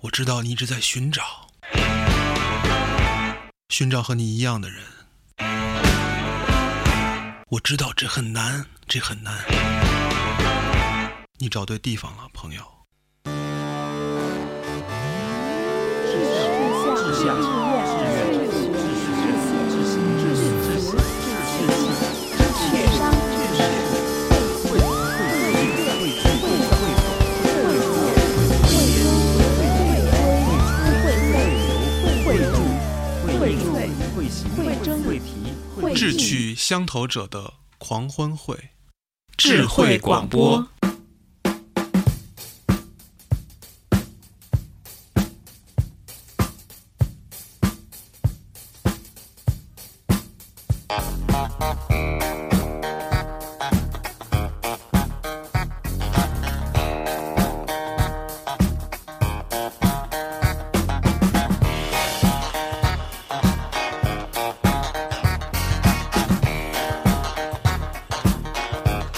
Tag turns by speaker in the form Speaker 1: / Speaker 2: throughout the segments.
Speaker 1: 我知道你一直在寻找，寻找和你一样的人。我知道这很难，这很难。你找对地方了，朋友。
Speaker 2: 志向，志愿，志心，志心，志心，志心，志商，志士，会会会会会会会会会会会会会会会会行会皮会
Speaker 1: 志趣相投者的狂欢会，
Speaker 3: 智慧广播。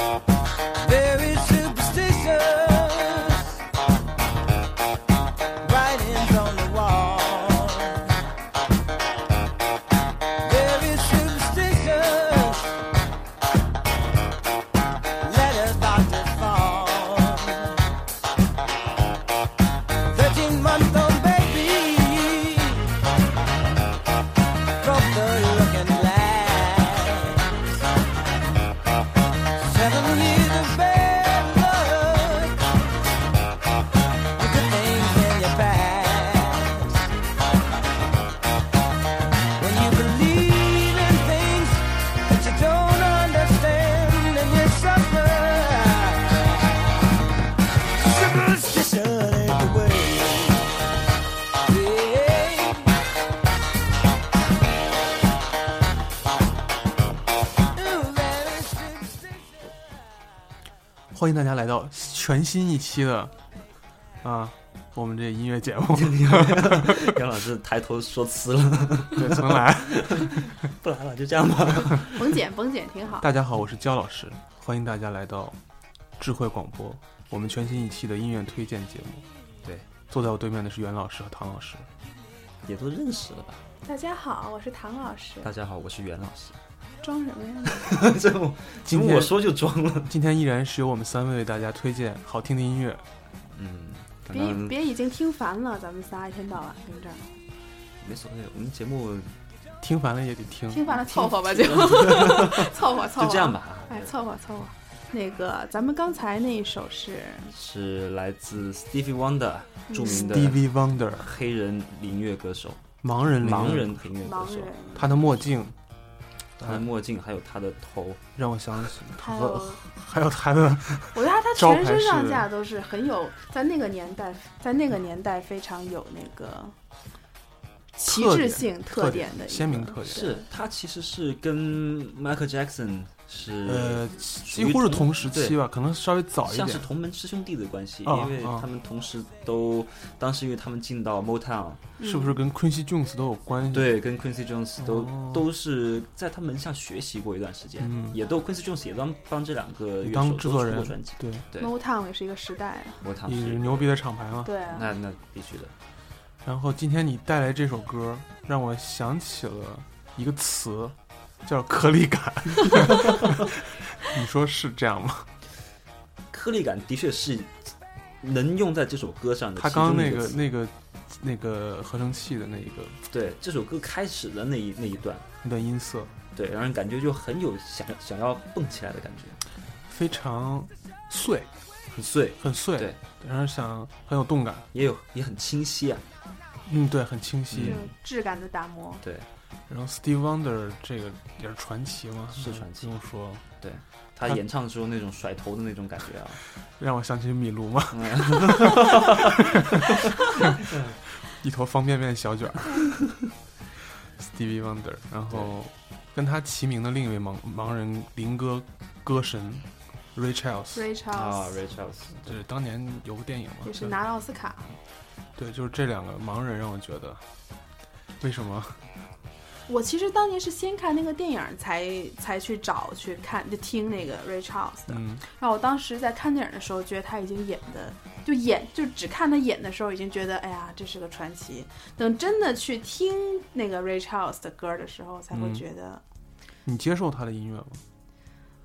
Speaker 4: Very superstitious. Writings on the wall. Very superstitious. Letters about to fall. Thirteen month old baby. Broke the looking glass. Seven years of bad luck. Good things in your past. When you believe in things that you don't understand and you suffer. Superstition is the way. Yeah. Ooh, that is superstition.
Speaker 5: 欢迎大家来到全新一期的啊，我们这音乐节目
Speaker 6: 杨老师抬头说辞了，
Speaker 5: 对重来。
Speaker 6: 不来了，就这样吧。
Speaker 3: 甭剪，甭剪，挺好。
Speaker 5: 大家好，我是焦老师，欢迎大家来到智慧广播，我们全新一期的音乐推荐节目。
Speaker 6: 对，
Speaker 5: 坐在我对面的是袁老师和唐老师。
Speaker 6: 也都认识了吧？
Speaker 3: 大家好，我是唐老师。
Speaker 6: 大家好，我是袁老师。
Speaker 3: 装什么呀？
Speaker 6: 这种
Speaker 5: 今天
Speaker 6: 我说就装了。
Speaker 5: 今天依然是由我们三位为大家推荐好听的音乐。
Speaker 6: 嗯，刚
Speaker 3: 别
Speaker 6: 刚
Speaker 3: 别已经听烦了，咱们仨一天到晚跟这儿
Speaker 6: 没所谓，我们节目
Speaker 5: 听烦了也得听，
Speaker 3: 听烦了，凑合吧啊 就，凑合凑合。
Speaker 6: 就这样。吧。啊
Speaker 3: 哎，凑合凑合。那个，咱们刚才那一首是
Speaker 6: 是来自 Stevie Wonder，著
Speaker 3: 嗯
Speaker 6: 名的
Speaker 5: Stevie Wonder
Speaker 6: 黑人民乐歌手，
Speaker 5: 盲人领
Speaker 6: 盲
Speaker 5: 域，
Speaker 6: 人民乐歌
Speaker 3: 盲
Speaker 6: 手。
Speaker 3: 人，
Speaker 5: 他的墨镜
Speaker 6: 他的墨镜还有他的头，
Speaker 5: 让我想起，
Speaker 3: 还有，
Speaker 5: 还有他的
Speaker 3: 我觉得他他
Speaker 5: 招
Speaker 3: 全身
Speaker 5: 牌
Speaker 3: 上
Speaker 5: 是
Speaker 3: 下都是很有，在那个年代，在那个年代非常有那个旗
Speaker 5: 特
Speaker 3: 帜
Speaker 5: 点
Speaker 3: 性
Speaker 5: 特
Speaker 3: 点的一
Speaker 5: 鲜明
Speaker 3: 个
Speaker 5: 特点，
Speaker 6: 是他其实是跟 Michael Jackson 是
Speaker 5: 呃，
Speaker 6: 属
Speaker 5: 几
Speaker 6: 于
Speaker 5: 乎是
Speaker 6: 同
Speaker 5: 同时
Speaker 6: 对
Speaker 5: 期吧，可能稍微早一
Speaker 6: 像是
Speaker 5: 点。
Speaker 6: 同门师兄弟的关系，
Speaker 5: 啊
Speaker 6: 因为
Speaker 5: 啊
Speaker 6: 他们同时都当时因为他们进到 Motown，
Speaker 3: 嗯
Speaker 5: 是不是跟 Quincy Jones 都有关系？，
Speaker 6: 对，跟 Quincy Jones 都、
Speaker 5: 嗯哦
Speaker 6: 都是在他门下学习过一段时间，
Speaker 5: 嗯
Speaker 6: 也都 Quincy Jones 也当帮这两个乐
Speaker 5: 当
Speaker 6: 手
Speaker 5: 制
Speaker 6: 都
Speaker 5: 作
Speaker 6: 出过
Speaker 5: 人
Speaker 6: 专辑。
Speaker 5: 对，
Speaker 6: 对
Speaker 3: Motown 也是一个时代啊，
Speaker 6: Motown
Speaker 5: 也是
Speaker 6: 是
Speaker 5: 牛逼的厂牌嘛。
Speaker 3: 对啊，
Speaker 6: 那那必须的，
Speaker 5: 然后今天你带来这首歌，让我想起了一个词，叫颗粒感。 你说是这样吗？
Speaker 6: 颗粒感的确是能用在这首歌上的
Speaker 5: 他
Speaker 6: 其
Speaker 5: 刚
Speaker 6: 中
Speaker 5: 刚
Speaker 6: 一
Speaker 5: 那
Speaker 6: 个词。
Speaker 5: 个那个那个合成器的那一个
Speaker 6: 对这首歌开始的那一那一段，
Speaker 5: 那段音色，
Speaker 6: 对，让人感觉就很有想想要蹦起来的感觉，
Speaker 5: 非常碎，
Speaker 6: 很碎，
Speaker 5: 很碎，
Speaker 6: 对，
Speaker 5: 然后想很有动感，
Speaker 6: 也有也很清晰啊。
Speaker 5: 嗯，对，很清晰。
Speaker 3: 这种质感的打磨，
Speaker 6: 对，
Speaker 5: 然后 Steve Wonder 这个也是传奇嘛，嗯
Speaker 6: 是传奇
Speaker 5: 不用说了，
Speaker 6: 他
Speaker 5: 他
Speaker 6: 演唱的时候那种甩头的那种感觉啊，
Speaker 5: 让我想起米卢嘛，
Speaker 6: 嗯，
Speaker 5: 一头方便面小卷儿 ，Stevie Wonder，然后跟他齐名的另一位盲盲人灵歌歌神 Ray Charles，
Speaker 3: Ray
Speaker 6: 啊
Speaker 3: Charles
Speaker 6: ，Ray Charles，
Speaker 5: 就是当年有部电影嘛，
Speaker 3: 也是
Speaker 5: 对
Speaker 3: 拿了奥斯卡，
Speaker 5: 对，就是这两个盲人让我觉得，为什么
Speaker 3: 我其实当年是先看那个电影儿才才去找去看就听那个 Ray Charles 的，
Speaker 5: 嗯，
Speaker 3: 然后我当时在看电影的时候，觉得他已经演的，就演就只看他演的时候，已经觉得哎呀，这是个传奇。等真的去听那个 Ray Charles 的歌的时候，才会
Speaker 5: 嗯
Speaker 3: 觉得，
Speaker 5: 你接受他的音乐吗？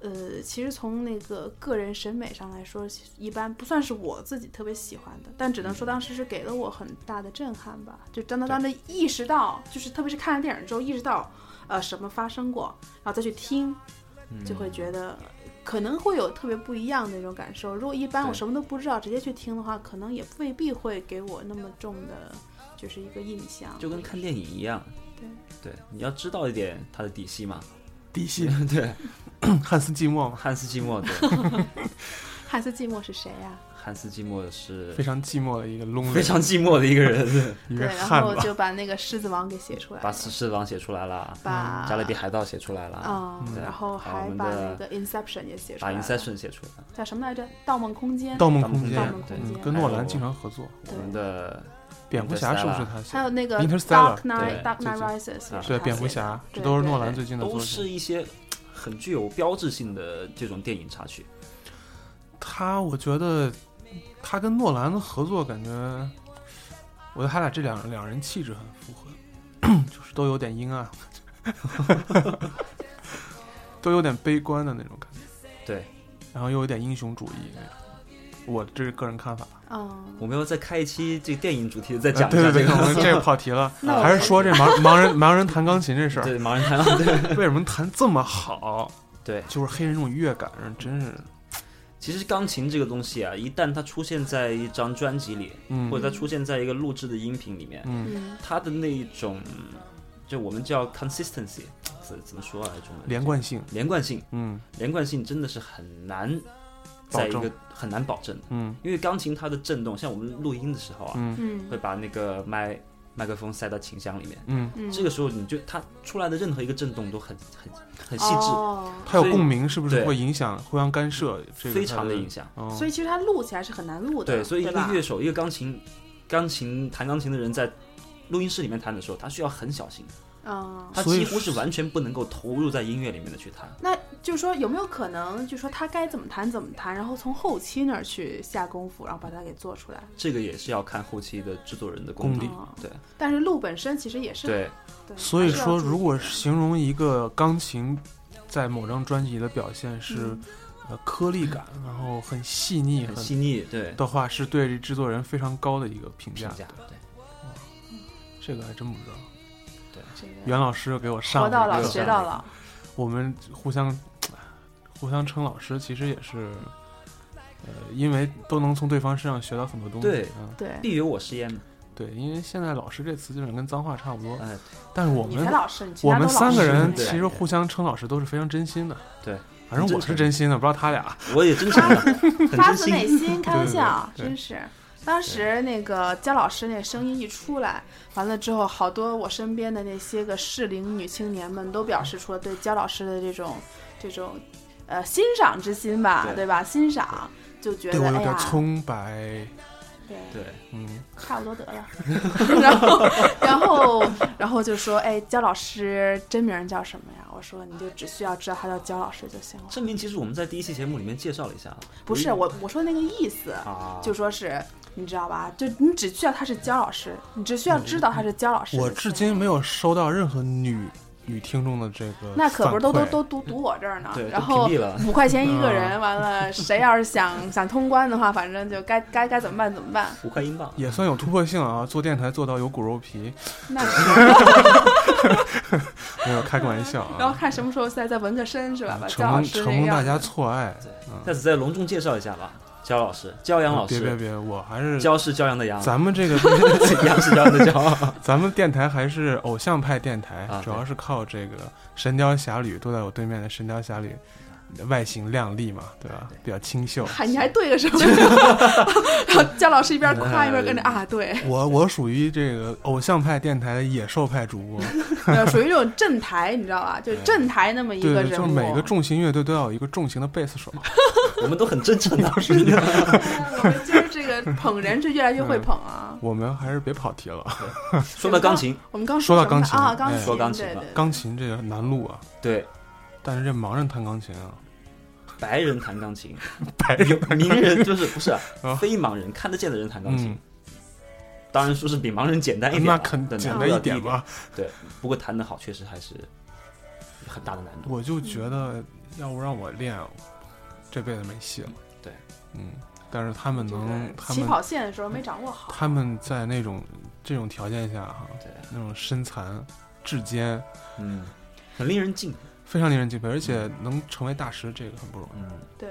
Speaker 3: 呃，其实从那个个人审美上来说，一般不算是我自己特别喜欢的，但只能说
Speaker 6: 嗯
Speaker 3: 当时是给了我很大的震撼吧。就当当当的意识到，就是特别是看了电影之后，意识到呃什么发生过，然后再去听，
Speaker 6: 嗯
Speaker 3: 就会觉得可能会有特别不一样的那种感受。如果一般我
Speaker 6: 对
Speaker 3: 什么都不知道，直接去听的话，可能也未必会给我那么重的，就是一个印象。
Speaker 6: 就跟看电影一样，对，你要知道一点他的底细嘛。
Speaker 5: 底细
Speaker 6: 对，
Speaker 5: 汉斯季默嘛，
Speaker 6: 汉斯季默，对，
Speaker 3: 汉斯季默是谁啊呀、
Speaker 6: 汉斯季默是
Speaker 5: 非常寂寞的一个 lonely，
Speaker 6: 非常寂寞的一个人，对
Speaker 3: 对，
Speaker 5: 一个
Speaker 3: 然
Speaker 5: 汉
Speaker 3: 后
Speaker 5: 吧。
Speaker 3: 就把那个《狮子王》给写出来
Speaker 6: 把
Speaker 3: 了，
Speaker 6: 《狮子王》写出来了，
Speaker 3: 把
Speaker 6: 《加勒比海盗》写出来了，
Speaker 3: 啊、
Speaker 6: 对
Speaker 3: 然后
Speaker 6: 嗯把
Speaker 3: 还
Speaker 6: 我们
Speaker 3: 把那
Speaker 6: 的
Speaker 3: 个 Inception 也写出
Speaker 6: 把
Speaker 3: 来
Speaker 6: 《
Speaker 3: 了
Speaker 6: Inception》写出来了，
Speaker 3: 叫什么来着？《盗梦空间》。
Speaker 5: 盗梦
Speaker 6: 盗梦
Speaker 5: 空
Speaker 3: 盗梦，
Speaker 5: 间
Speaker 3: 空
Speaker 6: 对，
Speaker 5: 嗯，
Speaker 3: 间
Speaker 5: 跟诺兰
Speaker 6: 还有
Speaker 5: 经常合作。
Speaker 6: 我们的
Speaker 5: 蝙蝠侠是不是
Speaker 6: Interstellar
Speaker 5: 他写
Speaker 3: 还有
Speaker 5: 的？
Speaker 3: 那个
Speaker 5: Interstellar，
Speaker 3: Dark Knight
Speaker 6: 对
Speaker 3: Dark
Speaker 5: 最
Speaker 3: Knight
Speaker 5: 近
Speaker 3: Rises 也是他
Speaker 6: 啊
Speaker 3: 写
Speaker 5: 对，
Speaker 3: 的
Speaker 5: 蝙蝠侠，这
Speaker 3: 对
Speaker 5: 都是
Speaker 3: 对
Speaker 5: 诺兰
Speaker 3: 对
Speaker 5: 最近的
Speaker 6: 都
Speaker 5: 作品。
Speaker 6: 是一些很具有标志性的这种电影插曲。
Speaker 5: 他，我觉得他跟诺兰的合作，感觉我觉得他俩这两两人气质很符合， 就是都有点阴暗， 都有点悲观的那种感觉，
Speaker 6: 对，
Speaker 5: 然后又有点英雄主义那种。我这是个人看法，
Speaker 3: 嗯，
Speaker 6: 我们要再开一期这个电影主题的，再
Speaker 5: 呃
Speaker 6: 讲一
Speaker 5: 对
Speaker 6: 下
Speaker 5: 对
Speaker 6: 这
Speaker 5: 对，
Speaker 6: 个。
Speaker 5: 我们这个跑 题了，
Speaker 3: 那我
Speaker 5: 还是说这盲盲人盲人弹钢琴这事儿，
Speaker 6: 对盲人谈浪，对
Speaker 5: 为什么弹这么好？
Speaker 6: 对，
Speaker 5: 就是黑人这种乐感，真是，
Speaker 6: 其实钢琴这个东西啊，一旦它出现在一张专辑里，
Speaker 5: 嗯
Speaker 6: 或者它出现在一个录制的音频里面，
Speaker 5: 嗯，
Speaker 3: 嗯，
Speaker 6: 它的那一种，就我们叫 consistency，怎怎么说啊？中文
Speaker 5: 连贯性，
Speaker 6: 连贯性，
Speaker 5: 嗯
Speaker 6: 连贯性真的是很难，在一
Speaker 5: 保
Speaker 6: 个
Speaker 5: 证
Speaker 6: 很难保证的，
Speaker 5: 嗯
Speaker 6: 因为钢琴它的震动，像我们录音的时候啊，
Speaker 5: 嗯
Speaker 3: 嗯
Speaker 6: 会把那个麦麦克风塞到琴箱里面，
Speaker 5: 嗯，
Speaker 3: 嗯，
Speaker 6: 这个时候你就它出来的任何一个震动都很很很细致，
Speaker 3: 哦
Speaker 5: 它有
Speaker 6: 所以
Speaker 5: 共鸣，是不是
Speaker 6: 对
Speaker 5: 会影响、互相干涉？这个
Speaker 6: 非常的影
Speaker 5: 响。
Speaker 6: 响。
Speaker 5: 哦、
Speaker 3: 所以其实它录起来是很难录的，
Speaker 6: 对，所以一个
Speaker 3: 吧
Speaker 6: 乐手，一个钢琴钢琴弹钢琴的人在录音室里面弹的时候，他需要很小心，
Speaker 3: 嗯，
Speaker 6: 他
Speaker 5: 所以
Speaker 6: 几乎是完全不能够投入在音乐里面的去弹。
Speaker 3: 那就是说有没有可能，就是说他该怎么弹怎么弹，然后从后期那儿去下功夫，然后把它给做出来？
Speaker 6: 这个也是要看后期的制作人的功
Speaker 5: 功
Speaker 6: 底
Speaker 5: 力。
Speaker 3: 哦
Speaker 6: 对
Speaker 3: 但是录本身其实也是，
Speaker 6: 对，
Speaker 3: 对
Speaker 5: 所以
Speaker 3: 还是要
Speaker 5: 说，
Speaker 3: 注意
Speaker 5: 如果
Speaker 3: 的
Speaker 5: 形容一个钢琴在某张专辑的表现是、
Speaker 3: 嗯
Speaker 5: 呃颗粒感，然后很细腻，
Speaker 6: 很
Speaker 5: 很
Speaker 6: 细腻，对
Speaker 5: 的话，是对制作人非常高的一个评
Speaker 6: 评
Speaker 5: 价。
Speaker 6: 价，对
Speaker 5: 这个还真不知道。
Speaker 3: 这个
Speaker 5: 袁老师给我
Speaker 3: 嗯
Speaker 5: 上
Speaker 3: 活到
Speaker 5: 了一
Speaker 3: 老
Speaker 5: 个
Speaker 3: 学到老，
Speaker 5: 我们互相互相称老师，其实也是。呃，因为都能从对方身上学到很多东西。
Speaker 6: 对
Speaker 5: 嗯，
Speaker 3: 对，
Speaker 6: 必有我师焉嘛。
Speaker 5: 对，因为现在“老师”这词基本上跟脏话差不多，
Speaker 6: 哎，
Speaker 5: 但是我
Speaker 3: 你
Speaker 5: 们
Speaker 3: 才老师，你其
Speaker 5: 我
Speaker 3: 他
Speaker 5: 们
Speaker 3: 都老
Speaker 5: 三个
Speaker 3: 师
Speaker 5: 人
Speaker 3: 呢
Speaker 5: 其 实互相称老师都是非常真心的。
Speaker 6: 对，
Speaker 5: 反正我是真心的，不知道他俩。
Speaker 6: 我也真诚的，很
Speaker 3: 发
Speaker 6: 真
Speaker 3: 自内
Speaker 6: 心。
Speaker 3: 心，开玩笑，
Speaker 5: 对
Speaker 3: 真是。当时那个姜老师那声音一出来，完了之后，好多我身边的那些个适龄女青年们都表示出了对姜老师的这种这种呃欣赏之心吧，
Speaker 6: 对
Speaker 3: 对吧？欣赏就觉
Speaker 5: 对
Speaker 3: 得
Speaker 5: 我有
Speaker 3: 哎
Speaker 5: 点
Speaker 3: 呀，
Speaker 5: 葱白，
Speaker 3: 对，
Speaker 6: 对，
Speaker 5: 嗯，
Speaker 3: 差不多得了。 然后然后然后就说，哎，姜老师真名叫什么呀？我说你就只需要知道他叫姜老师就行了。
Speaker 6: 证明其实我们在第一期节目里面介绍了一下啊，
Speaker 3: 不是我我说那个意思，
Speaker 6: 啊，
Speaker 3: 就说是你知道吧？就你只需要他是焦老师，你只需要知道他是焦老师就行
Speaker 5: 嗯我
Speaker 3: 了。
Speaker 5: 至今没有收到任何女女听众的这个
Speaker 3: 那可不是都都
Speaker 5: 反馈嗯
Speaker 3: 都堵堵我这儿呢
Speaker 6: 对，，
Speaker 3: 然
Speaker 6: 都
Speaker 3: 后
Speaker 6: 屏蔽了，
Speaker 3: 五块钱一个人，完了谁要是想想通关的话，反正就该该该怎么办怎么办。
Speaker 6: 五块英镑。
Speaker 5: 也算有突破性啊！做电台做到有骨肉皮，
Speaker 3: 那是
Speaker 5: 没有开个玩笑
Speaker 3: 然后
Speaker 5: 啊。
Speaker 3: 看什么时候再再纹个身是吧？把焦
Speaker 5: 承
Speaker 3: 老
Speaker 5: 蒙
Speaker 3: 师
Speaker 5: 承
Speaker 3: 那
Speaker 5: 蒙
Speaker 3: 个
Speaker 5: 大
Speaker 3: 样
Speaker 5: 家
Speaker 3: 子
Speaker 5: 错爱，
Speaker 6: 下次再隆重介绍一下吧，焦老师，焦阳老
Speaker 5: 别嗯哦别
Speaker 6: 师，
Speaker 5: 别，我还是
Speaker 6: 焦是骄阳的阳，
Speaker 5: 咱们这 个
Speaker 6: 阳是骄阳的 骄。
Speaker 5: 咱们电台还是偶像派电台
Speaker 6: 啊，
Speaker 5: 主要是靠这个《神雕侠侣》。坐在我对面的《神雕侠侣》，外形靓丽嘛，对吧？比较清秀。
Speaker 3: 嗨，你还对个什 么？然后姜老师一边
Speaker 6: 嗯
Speaker 3: 夸一边跟着啊， 对，
Speaker 5: 我我属于这个偶像派电台的野兽派主 播，
Speaker 3: 没有属于那种正台，你知道吧？就是正台那么一
Speaker 5: 对
Speaker 3: 个
Speaker 5: 对，
Speaker 3: 人
Speaker 5: 就
Speaker 3: 物。
Speaker 5: 是每个重型乐队都要有一个重型的贝 斯手。
Speaker 6: 我们都很真诚 的，是的。
Speaker 3: 我们今儿这个捧人是越来越会捧啊。
Speaker 5: 我们还是别跑题了，
Speaker 6: 说到钢琴，
Speaker 3: 我们刚
Speaker 5: 说到
Speaker 3: 什么
Speaker 5: 钢琴
Speaker 3: 啊，
Speaker 5: 哎
Speaker 3: 钢
Speaker 6: 说钢琴
Speaker 3: 对
Speaker 6: 吧
Speaker 3: 对，
Speaker 5: 钢琴这个难录啊，
Speaker 6: 对，
Speaker 5: 但是这盲人弹钢琴啊，
Speaker 6: 白人弹钢琴，
Speaker 5: 白人
Speaker 6: 名人就是不 是啊
Speaker 5: 啊
Speaker 6: 非盲人看得见的人弹钢琴
Speaker 5: 嗯，，
Speaker 6: 当然说是比盲人简单一点啊，
Speaker 5: 那肯
Speaker 6: 但
Speaker 5: 简
Speaker 6: 难度
Speaker 5: 单
Speaker 6: 要
Speaker 5: 一
Speaker 6: 低
Speaker 5: 点吧。
Speaker 6: 不过弹得好，确实还是有很大的难度。
Speaker 5: 我就觉得，要不让我练，这辈子没戏了。
Speaker 6: 对，
Speaker 5: 嗯，但是他们
Speaker 3: 这
Speaker 5: 能，
Speaker 3: 个
Speaker 5: 他
Speaker 3: 起
Speaker 5: 们
Speaker 3: 跑线的时候没掌握好。
Speaker 5: 他们在那种这种条件下哈，
Speaker 6: 对，
Speaker 5: 那种身残志坚，
Speaker 6: 嗯，很令人敬佩。
Speaker 5: 非常令人敬佩，而且能成为大师，这个很不容
Speaker 6: 嗯，
Speaker 3: 对，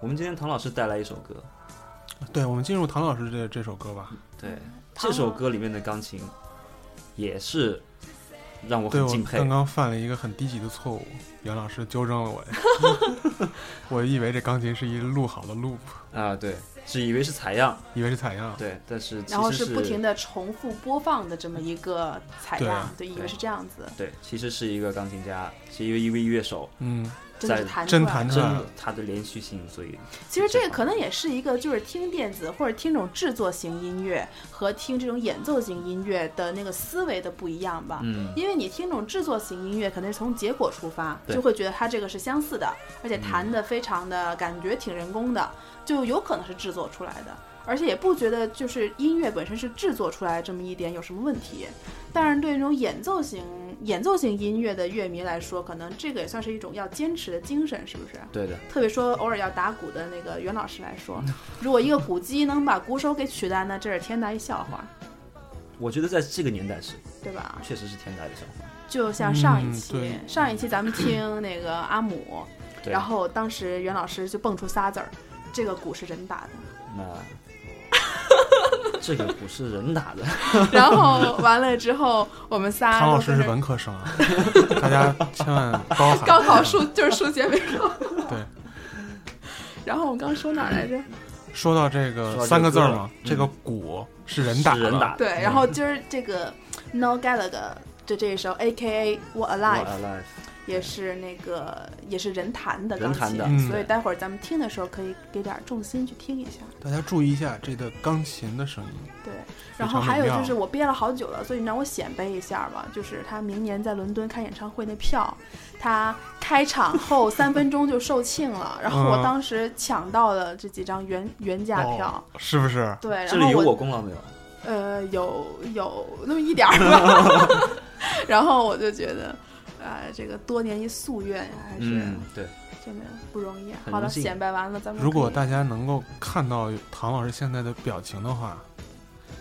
Speaker 6: 我们今天唐老师带来一首歌，
Speaker 5: 易。对，我们进入唐老师这这首歌吧。
Speaker 6: 对，
Speaker 3: 唐
Speaker 6: 这首歌里面的钢琴也是让我
Speaker 5: 对
Speaker 6: 很
Speaker 5: 我
Speaker 6: 敬佩
Speaker 5: 刚。刚犯了一个很低级的错误，袁老师纠正了我。 我以为这钢琴是一录好的 loop，
Speaker 6: 啊，对，只以为是采样，
Speaker 5: 以为是采样。
Speaker 6: 对，但是其
Speaker 3: 然后
Speaker 6: 实
Speaker 3: 是不停的重复播放的这么一个采
Speaker 5: 对
Speaker 3: 样
Speaker 5: 啊，
Speaker 3: 对，以为
Speaker 6: 对
Speaker 3: 是这样子，
Speaker 6: 对，其实是一个钢琴家，是一个一位乐手，
Speaker 5: 嗯，
Speaker 3: 真的是
Speaker 6: 在
Speaker 3: 弹
Speaker 5: 真
Speaker 3: 出来
Speaker 5: 弹
Speaker 3: 的
Speaker 5: 出
Speaker 6: 真
Speaker 5: 来
Speaker 6: 的他的连续性，所以
Speaker 3: 其实这个可能也是一个，就是听电子或者听这种制作型音乐和听这种演奏型音乐的那个思维的不一样吧。
Speaker 6: 嗯，
Speaker 3: 因为你听这种制作型音乐，可能是从结果出发，
Speaker 6: 对
Speaker 3: 就会觉得它这个是相似的，而且弹的非常的感觉挺人工的，就有可能是制作出来的，而且也不觉得就是音乐本身是制作出来这么一点有什么问题。但是对那种演奏型演奏型音乐的乐迷来说，可能这个也算是一种要坚持的精神，是不是？
Speaker 6: 对的，
Speaker 3: 特别说偶尔要打鼓的那个袁老师来说，如果一个鼓机能把鼓手给取代，那这是天大一笑话，
Speaker 6: 我觉得在这个年代是
Speaker 3: 对吧？
Speaker 6: 确实是天大的笑话。
Speaker 3: 就像上一期，
Speaker 5: 嗯对
Speaker 3: 上一期咱们听那个阿姆，
Speaker 6: 对，
Speaker 3: 然后当时袁老师就蹦出仨字儿：“这个鼓是人打的。
Speaker 6: 那这个不是人打 的，”
Speaker 3: 然后完了之后，我们仨
Speaker 5: 唐老
Speaker 3: 啊都
Speaker 5: 师
Speaker 3: 在
Speaker 5: 是
Speaker 3: 那儿
Speaker 5: 文科 生啊，大家千万包涵。
Speaker 3: 高考数就是数学没过。
Speaker 5: 对。
Speaker 3: 然后我们刚说哪儿来着？
Speaker 5: 说到这
Speaker 6: 说到这
Speaker 5: 个
Speaker 6: 个
Speaker 5: 三个字儿
Speaker 6: 歌
Speaker 5: 嘛
Speaker 6: 了，
Speaker 5: 这个鼓是人打
Speaker 6: 是人打
Speaker 5: 的，
Speaker 6: 的。
Speaker 3: 对，然后就是这个 No Gallagher 就这一首 A K A What Alive。
Speaker 6: Alive，
Speaker 3: 也是那个也是人弹的钢
Speaker 6: 人
Speaker 3: 琴，
Speaker 6: 弹的
Speaker 5: 嗯
Speaker 3: 所以待会儿咱们听的时候可以给点儿重心去听一下。
Speaker 5: 大家注意一下这个钢琴的声音。
Speaker 3: 对，
Speaker 5: 非
Speaker 3: 然后
Speaker 5: 常
Speaker 3: 还有
Speaker 5: 美妙
Speaker 3: 就是我憋了好久了，所以你让我显摆一下吧，就是他明年在伦敦开演唱会那票，他开场 后三分钟就售罄了，然后我
Speaker 5: 嗯
Speaker 3: 当时抢到了这几张原原价票。
Speaker 5: 哦是不是？
Speaker 3: 对，
Speaker 6: 这
Speaker 3: 哎然后
Speaker 6: 里有
Speaker 3: 我
Speaker 6: 我功劳没有？
Speaker 3: 呃有有那么一点儿 吧，然后我就觉得，呃，这个多年一夙愿还是、
Speaker 6: 嗯，对，
Speaker 3: 真的不容易。
Speaker 6: 很
Speaker 3: 好了，
Speaker 6: 荣幸
Speaker 3: 显摆完了，咱们
Speaker 5: 如果
Speaker 3: 可以
Speaker 5: 大家能够看到唐老师现在的表情的话，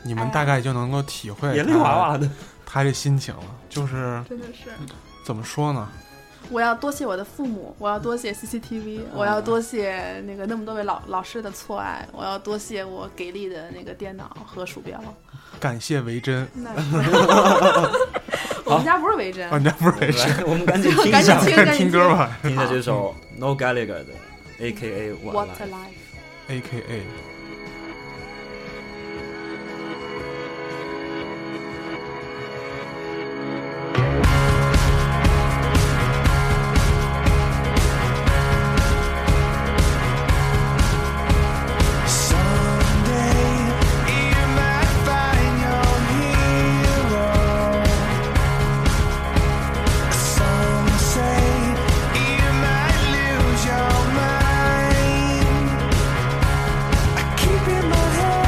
Speaker 5: 你们
Speaker 3: 哎
Speaker 5: 大概就能够体会
Speaker 6: 眼泪
Speaker 5: 他
Speaker 6: 哗哗的。
Speaker 5: 他这心情了。就是
Speaker 3: 真的是，
Speaker 5: 怎么说呢？
Speaker 3: 我要多谢我的父母，我要多谢 CCTV，、我
Speaker 6: 嗯
Speaker 3: 要多谢那个那么多位老老师的错爱，我要多谢我给力的那个电脑和鼠标。
Speaker 5: 感谢维珍，
Speaker 3: 那是 我们家不是维珍
Speaker 5: 啊，，你家不是维珍？
Speaker 6: 来，我们赶紧听一
Speaker 3: 赶紧
Speaker 6: 下，
Speaker 3: 听
Speaker 5: 开始听歌吧
Speaker 6: 听一下这首 No Gallagher 的 A.K.A.
Speaker 3: ，What
Speaker 6: What
Speaker 3: a
Speaker 6: Alive。
Speaker 3: life。
Speaker 5: ，A K A。
Speaker 4: Someday you might find your hero. Some say you might lose your mind. I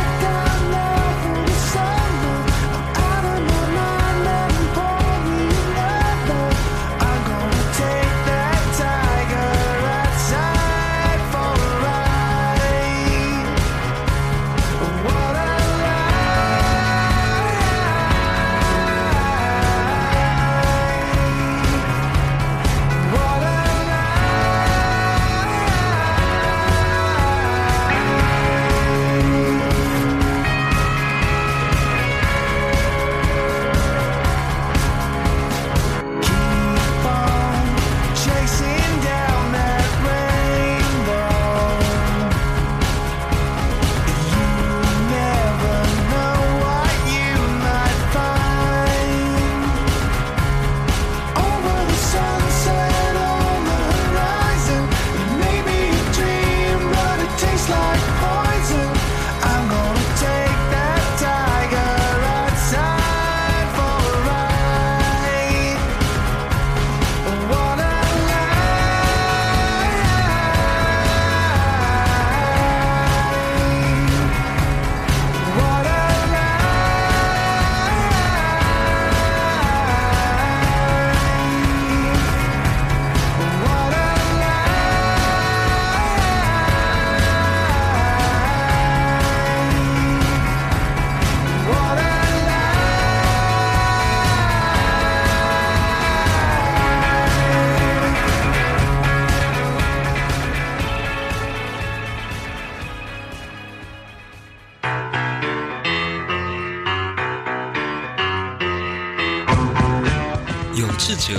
Speaker 7: 志者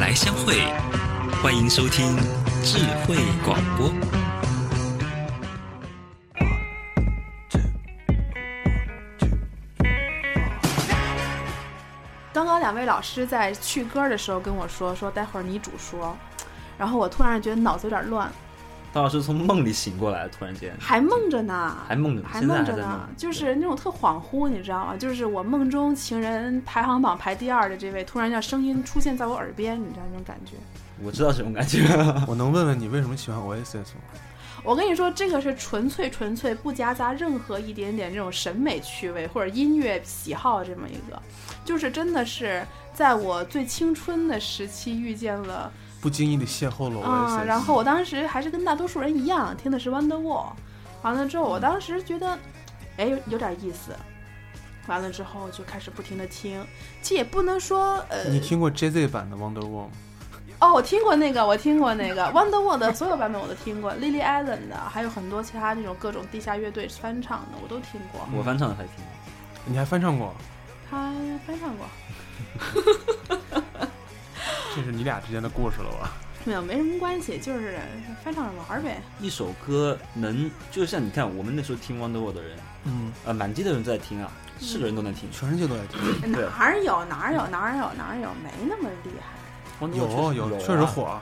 Speaker 7: 来相会，欢迎收听智慧广播。
Speaker 3: 刚刚两位老师在去歌的时候跟我说，说待会儿你主说，然后我突然觉得脑子有点乱，
Speaker 6: 当老师从梦里醒过来，突然间
Speaker 3: 还梦着呢，
Speaker 6: 还梦着呢，
Speaker 3: 还
Speaker 6: 现在
Speaker 3: 梦
Speaker 6: 还
Speaker 3: 着
Speaker 6: 在
Speaker 3: 呢
Speaker 6: 梦，，
Speaker 3: 就是那种特恍惚，你知道吗？就是我梦中情人排行榜排第二的这位，突然让声音出现在我耳边，你知道那种感觉。
Speaker 6: 我知道这种感觉。
Speaker 5: 我能问问你为什么喜欢 Oasis 吗？
Speaker 3: 我跟你说，这个是纯粹纯粹不夹杂任何一点点这种审美趣味或者音乐喜好这么一个，就是真的是在我最青春的时期遇见了
Speaker 5: 不经意的邂逅了 Oasis，、
Speaker 3: 啊，然后我当时还是跟大多数人一样听的是 Wonderwall，完了之后我当时觉得，哎，有有点意思，完了之后就开始不停的听，其实也不能说呃，
Speaker 5: 你听过 JZ 版的 Wonderwall 吗？
Speaker 3: 哦，我听过那个，我听过那个 Wonderwall 的所有版本我都听过，Lily Allen 的，还有很多其他那种各种地下乐队翻唱的我都听过，
Speaker 6: 我翻唱的还挺，
Speaker 5: 你还翻唱过？
Speaker 3: 他翻唱过，
Speaker 5: 这是你俩之间的故事了吧？
Speaker 3: 没有没什么关系，就是翻唱着玩儿呗。
Speaker 6: 一首歌能，就像你看我们那时候听 Wonderwall 的人，
Speaker 5: 嗯，
Speaker 6: 啊，满街的人都在听啊，是个人都能听。
Speaker 5: 全世界都在听。
Speaker 6: 对
Speaker 3: 哪儿有哪儿有哪儿有哪儿有，没那么厉害，
Speaker 5: 有
Speaker 6: Wonderwall
Speaker 5: 有，
Speaker 6: 确
Speaker 5: 确
Speaker 6: 实
Speaker 5: 实
Speaker 6: 有啊。
Speaker 5: 火。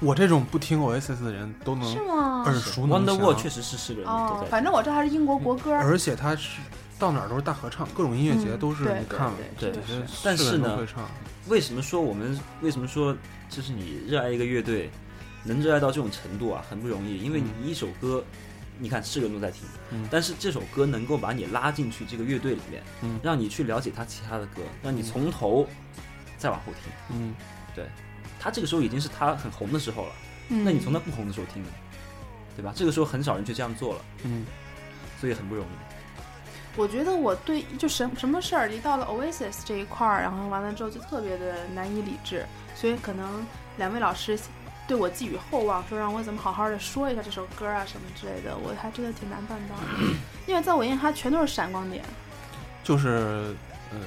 Speaker 5: 我这种不听 Oasis 的人都
Speaker 6: 嗯
Speaker 3: 是
Speaker 5: 能
Speaker 3: 吗？
Speaker 5: 耳熟能啊详。
Speaker 6: Wonderwall 确实是是个人都
Speaker 3: 哦
Speaker 6: 在，
Speaker 3: 反
Speaker 6: 听。
Speaker 3: 正我这还是英国国歌，
Speaker 5: 而且他是到哪儿都是大合唱，各种音乐节
Speaker 3: 嗯
Speaker 5: 都是
Speaker 3: 对
Speaker 5: 你看了，
Speaker 3: 对
Speaker 6: 对
Speaker 3: 这个是
Speaker 6: 但
Speaker 5: 是
Speaker 6: 是呢
Speaker 5: 会唱。
Speaker 6: 为什么说我们为什么说就是你热爱一个乐队，能热爱到这种程度啊，很不容易，因为
Speaker 5: 嗯
Speaker 6: 你一首歌，你看是个人都在听，
Speaker 5: 嗯
Speaker 6: 但是这首歌能够把你拉进去这个乐队里面，
Speaker 5: 嗯
Speaker 6: 让你去了解他其他的歌，让你
Speaker 5: 嗯
Speaker 6: 从头再往后听。
Speaker 5: 嗯，
Speaker 6: 他这个时候已经是他很红的时候了，
Speaker 3: 嗯
Speaker 6: 那你从他不红的时候听呢，对吧？这个时候很少人去这样做了，
Speaker 5: 嗯，
Speaker 6: 所以很不容易。
Speaker 3: 我觉得我对就什什么事儿，一到了 Oasis 这一块儿，然后完了之后就特别的难以理智，所以可能两位老师对我寄予厚望，说让我怎么好好的说一下这首歌啊什么之类的，我还真的挺难办 到的，因为在我眼里它全都是闪光点，
Speaker 5: 就是呃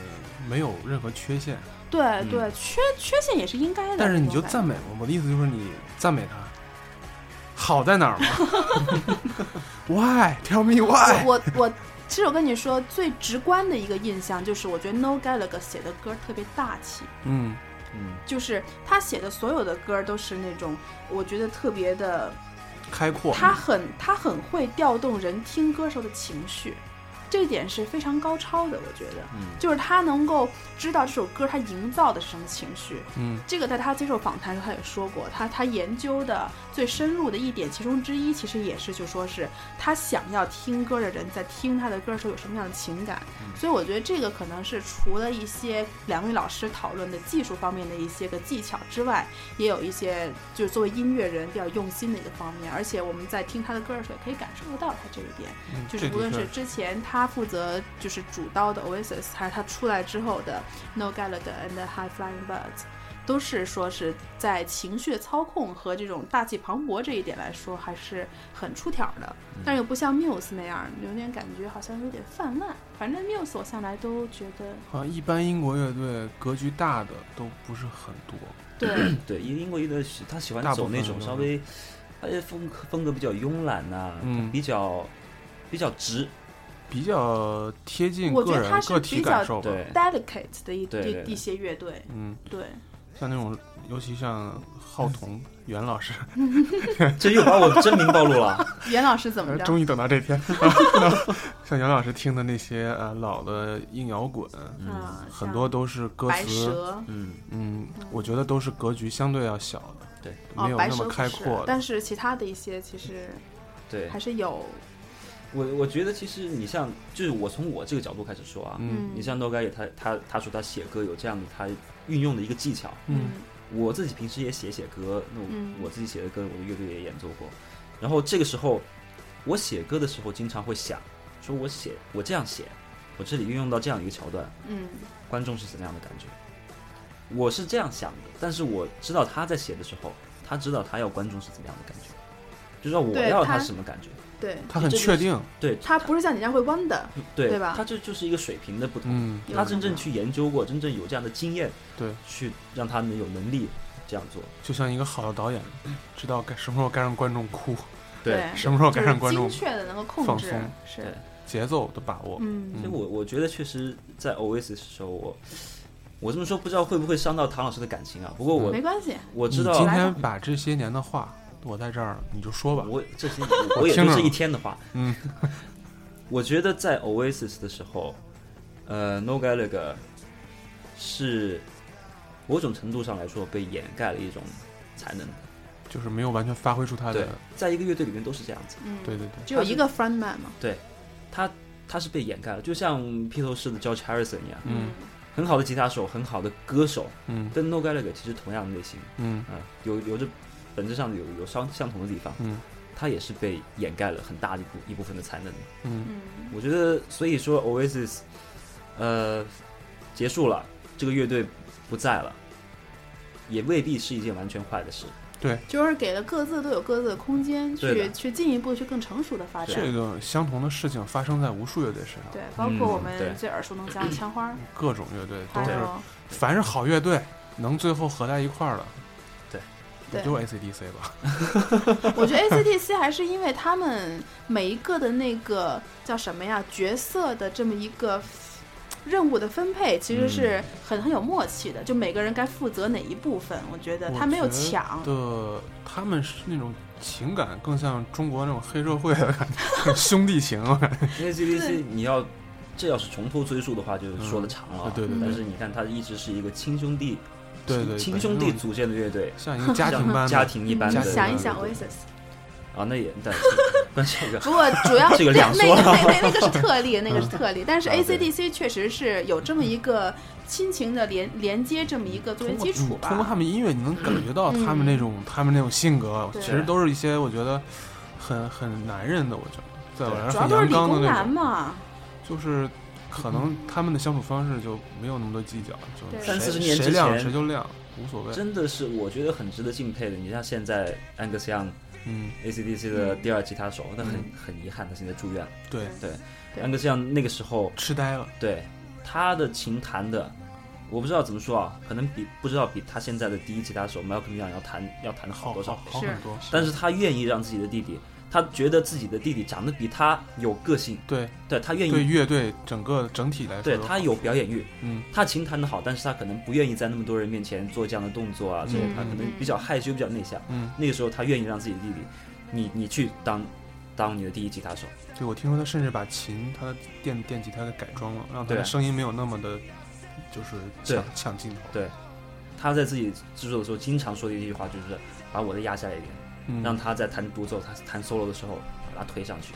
Speaker 5: 没有任何缺陷，
Speaker 3: 对、对，缺缺陷也是应该的，
Speaker 5: 嗯但是你
Speaker 3: 这
Speaker 5: 就
Speaker 3: 种
Speaker 5: 赞
Speaker 3: 感
Speaker 5: 美我，我的意思就是你赞美他，好在哪儿吗 ？Why? Tell me
Speaker 3: 觉
Speaker 5: why？
Speaker 3: 我我我。其实我跟你说，最直观的一个印象就是，我觉得 No Gallagher 写的歌特别大气，
Speaker 5: 嗯
Speaker 6: 嗯，
Speaker 3: 就是他写的所有的歌都是那种我觉得特别的
Speaker 5: 开阔。
Speaker 3: 他很他很会调动人听歌手的情绪，这一点是非常高超的，我觉得。
Speaker 6: 嗯
Speaker 3: 就是他能够知道这首歌他营造的是什么情绪，
Speaker 5: 嗯
Speaker 3: 这个在他接受访谈的时候他也说过，他他研究的最深入的一点，其中之一其实也是就说是他想要听歌的人在听他的歌的时候有什么样的情感，所以我觉得这个可能是除了一些两位老师讨论的技术方面的一些个技巧之外，也有一些就是作为音乐人比较用心的一个方面，而且我们在听他的歌的时候也可以感受得到他这一点。
Speaker 5: 嗯
Speaker 3: 就是无
Speaker 5: 这的
Speaker 3: 论
Speaker 5: 确
Speaker 3: 是之前他负责就是主刀的 Oasis，还是他出来之后的 No Gallagher and the High Flying Birds，都是说是在情绪的操控和这种大气磅礴这一点来说，还是很出挑的。但又不像 Muse 那样，有点感觉好像有点泛滥。反正 Muse 我向来都觉得
Speaker 5: 好像一般英国乐队格局大的都不是很多。
Speaker 3: 对
Speaker 6: 对，因为英国乐队喜他喜欢
Speaker 5: 嗯大部
Speaker 6: 走那
Speaker 5: 分
Speaker 6: 种
Speaker 5: 都
Speaker 6: 稍
Speaker 5: 是
Speaker 6: 微，他的风格风格比较慵懒呐、
Speaker 5: 嗯
Speaker 6: 比较比较直，
Speaker 5: 比较贴近
Speaker 3: 我觉
Speaker 5: 个
Speaker 3: 得
Speaker 5: 人
Speaker 3: 他是
Speaker 5: 个体
Speaker 3: 比较
Speaker 5: 感受吧。
Speaker 6: 对
Speaker 3: delicate 的一
Speaker 6: 对对
Speaker 3: 一
Speaker 6: 对
Speaker 3: 一些乐队，
Speaker 5: 嗯，
Speaker 3: 对。
Speaker 5: 像那种，尤其像浩彤
Speaker 3: 嗯
Speaker 5: 袁老师，
Speaker 6: 这又把我真名暴露 了。
Speaker 3: 袁老师怎么着？
Speaker 5: 哎终于等到这天。 像袁老师听的那些呃老的硬摇滚，
Speaker 3: 啊，像
Speaker 5: 嗯很多都是歌
Speaker 3: 白
Speaker 5: 词，
Speaker 3: 蛇。
Speaker 6: 嗯，
Speaker 5: 嗯，我觉得都是格局相对要小的，
Speaker 6: 对，
Speaker 5: 没有
Speaker 3: 哦、白
Speaker 5: 那
Speaker 3: 蛇不
Speaker 5: 么开
Speaker 3: 是
Speaker 5: 阔的。
Speaker 3: 但是其他的一些其实
Speaker 6: 对
Speaker 3: 还是有，
Speaker 6: 我我觉得其实你像就是我从我这个角度开始说啊，
Speaker 5: 嗯
Speaker 6: 你像 No g a 也他他他说他写歌有这样的他运用的一个技巧，
Speaker 5: 嗯，
Speaker 6: 我自己平时也写写歌，那我、
Speaker 3: 嗯
Speaker 6: 我自己写的歌我的乐队也演奏过，然后这个时候我写歌的时候经常会想，说我写我这样写，我这里运用到这样一个桥段，
Speaker 3: 嗯
Speaker 6: 观众是怎样的感觉？我是这样想的，但是我知道他在写的时候，他知道他要观众是怎样的感觉，就让我
Speaker 3: 对
Speaker 6: 要
Speaker 3: 他
Speaker 6: 他是什么感觉。
Speaker 3: 对，
Speaker 5: 他很确定，
Speaker 6: 对
Speaker 3: 它不是像你这样会弯的，
Speaker 6: 对
Speaker 3: 对吧
Speaker 6: 他这就是一个水平的不同。
Speaker 5: 嗯，
Speaker 3: 有
Speaker 6: 他
Speaker 3: 可
Speaker 6: 真正
Speaker 3: 能
Speaker 6: 去研究过，真正有这样的经验，
Speaker 5: 对，
Speaker 6: 去让他能有能力这样做。
Speaker 5: 就像一个好的导演，知道该什么时候该让观众哭，
Speaker 3: 对，
Speaker 5: 什么时候
Speaker 3: 哎就
Speaker 5: 该
Speaker 3: 是
Speaker 5: 让观众
Speaker 3: 精确的能够控
Speaker 5: 放
Speaker 3: 制
Speaker 5: 松，
Speaker 3: 是，
Speaker 5: 节奏的把握，
Speaker 3: 嗯，
Speaker 6: 所以我我觉得确实在 Oasis 的时候，我我这么说不知道会不会伤到唐老师的感情啊？不过我
Speaker 3: 没关系，
Speaker 6: 我知
Speaker 5: 你
Speaker 6: 道，
Speaker 5: 今天把这些年的话，我在这儿你就说吧。
Speaker 6: 我这 些我我也
Speaker 5: 听
Speaker 6: 就
Speaker 5: 着
Speaker 6: 这
Speaker 5: 呢
Speaker 6: 一天的话，
Speaker 5: 嗯，
Speaker 6: 我觉得在 Oasis 的时候，呃，No Gallagher 是某种程度上来说被掩盖了一种才能。
Speaker 5: 就是没有完全发挥出他的
Speaker 6: 对，在一个乐队里面都是这样子，
Speaker 3: 嗯，
Speaker 5: 对对对，
Speaker 3: 只有
Speaker 6: 他是
Speaker 3: 一个 frontman 嘛，
Speaker 6: 他他是被掩盖了，就像披头士的 George Harrison 一样，
Speaker 5: 嗯，
Speaker 6: 很好的吉他手，很好的歌手，
Speaker 5: 嗯
Speaker 6: 跟 No Gallagher 其实同样的类型，
Speaker 5: 嗯
Speaker 6: 啊、有有着本质上有有相相同的地方，
Speaker 5: 嗯
Speaker 6: 他也是被掩盖了很大的一部一部分的才能。
Speaker 5: 嗯
Speaker 3: 嗯，
Speaker 6: 我觉得，所以说 Oasis，呃，结束了，这个乐队不在了，也未必是一件完全坏的 事。
Speaker 3: 就是给了各自都有各自的空间
Speaker 6: 对
Speaker 3: 去
Speaker 6: 的
Speaker 3: 去进一步去更成熟的发展，
Speaker 5: 这个相同的事情发生在无数乐队身上，
Speaker 3: 对，包括我
Speaker 6: 嗯对
Speaker 3: 们最耳熟能详的枪花儿，
Speaker 5: 各种乐队嗯都
Speaker 3: 还
Speaker 5: 是，
Speaker 3: 有
Speaker 5: 凡是好乐队能最后合在一块儿的，
Speaker 6: 对，
Speaker 5: 也就 ACDC 吧，
Speaker 3: 我觉得 ACDC 还是因为他们每一个的那个叫什么呀角色的这么一个任务的分配，其实是
Speaker 6: 嗯
Speaker 3: 很很有默契的，就每个人该负责哪一部分，我觉得他没有抢。
Speaker 5: 的，他们是那种情感更像中国那种黑社会的感觉，兄弟情，啊 我感觉
Speaker 6: 因为 GDC 你要这要是从头追溯的话，就是说的长了啊、
Speaker 5: 嗯对对
Speaker 3: 对
Speaker 6: 但是你看，他一直是一个亲兄弟，
Speaker 5: 对对对
Speaker 6: 亲兄弟组建的乐队，
Speaker 5: 像一个家庭般
Speaker 6: 像
Speaker 5: 的
Speaker 6: 家庭一般的
Speaker 5: 家
Speaker 3: 你嗯
Speaker 5: 庭
Speaker 3: 想一
Speaker 5: 般
Speaker 3: 想
Speaker 5: 的
Speaker 3: Oasis，
Speaker 6: 啊，那也 但关这个
Speaker 3: 不过主要
Speaker 6: 这个
Speaker 3: 那
Speaker 6: 两
Speaker 3: 那
Speaker 6: 说
Speaker 3: 个
Speaker 6: 了
Speaker 3: 那那那个是特例，那个是特例，但是
Speaker 6: 啊对
Speaker 3: ACDC 确实是有这么一个亲情的连连接这么一个作为
Speaker 5: 通
Speaker 3: 基
Speaker 5: 过
Speaker 3: 础
Speaker 5: 嗯通过
Speaker 3: 吧。嗯
Speaker 5: 他们音乐，你能感觉到他们那种、他们那种性格，
Speaker 3: 对
Speaker 5: 其实都是一些我觉得很很男人的，我觉得在我来
Speaker 3: 主
Speaker 5: 说
Speaker 3: 要
Speaker 5: 很
Speaker 3: 都是
Speaker 5: 阳
Speaker 3: 理
Speaker 5: 刚的
Speaker 3: 工
Speaker 5: 那
Speaker 3: 男
Speaker 5: 种，
Speaker 3: 嘛，嗯
Speaker 5: 就是可能他们的相处方式就没有那么多计较，就
Speaker 3: 对
Speaker 5: 谁
Speaker 6: 三四十年之
Speaker 5: 谁亮
Speaker 6: 前
Speaker 5: 谁就亮，无所 谓。
Speaker 6: 真的是我觉得很值得敬佩的。你像现在安格斯·杨
Speaker 5: 嗯，
Speaker 6: ACDC 的第二吉他手，那很很遗憾，他现在住院了。
Speaker 5: 对，
Speaker 3: 嗯对
Speaker 6: 安格斯·杨那个时候，
Speaker 5: 痴呆了，
Speaker 6: 对他的琴弹的，我不知道怎么说啊，可能比不知道比他现在的第一吉他手 Malcolm Young 要弹要弹的好多
Speaker 5: 好哦好
Speaker 6: 少，
Speaker 5: 好
Speaker 3: 是
Speaker 5: 很多。
Speaker 6: 但是他愿意让自己的弟弟，他觉得自己的弟弟长得比他有个性，
Speaker 5: 对
Speaker 6: 对他愿
Speaker 5: 对，
Speaker 6: 意，
Speaker 5: 乐队整个整体来说
Speaker 6: 对
Speaker 5: 都好，
Speaker 6: 他有表演欲，
Speaker 5: 嗯，
Speaker 6: 他琴弹的好，但是他可能不愿意在那么多人面前做这样的动作啊，所以
Speaker 5: 嗯
Speaker 6: 他可能
Speaker 3: 嗯
Speaker 6: 比较害羞，比较内向。
Speaker 5: 嗯，
Speaker 6: 那个时候他愿意让自己的弟弟，你你去当当你的第一吉他手，
Speaker 5: 对我听说他甚至把琴他的电电吉他给改装了，让他
Speaker 6: 对
Speaker 5: 的声音没有那么的，就是
Speaker 6: 对
Speaker 5: 抢抢镜头。
Speaker 6: 对他在自己制作的时候经常说的一句话就是把我的压下来一点。
Speaker 5: 嗯，
Speaker 6: 让他在弹独奏、他弹 solo 的时候把他推上去。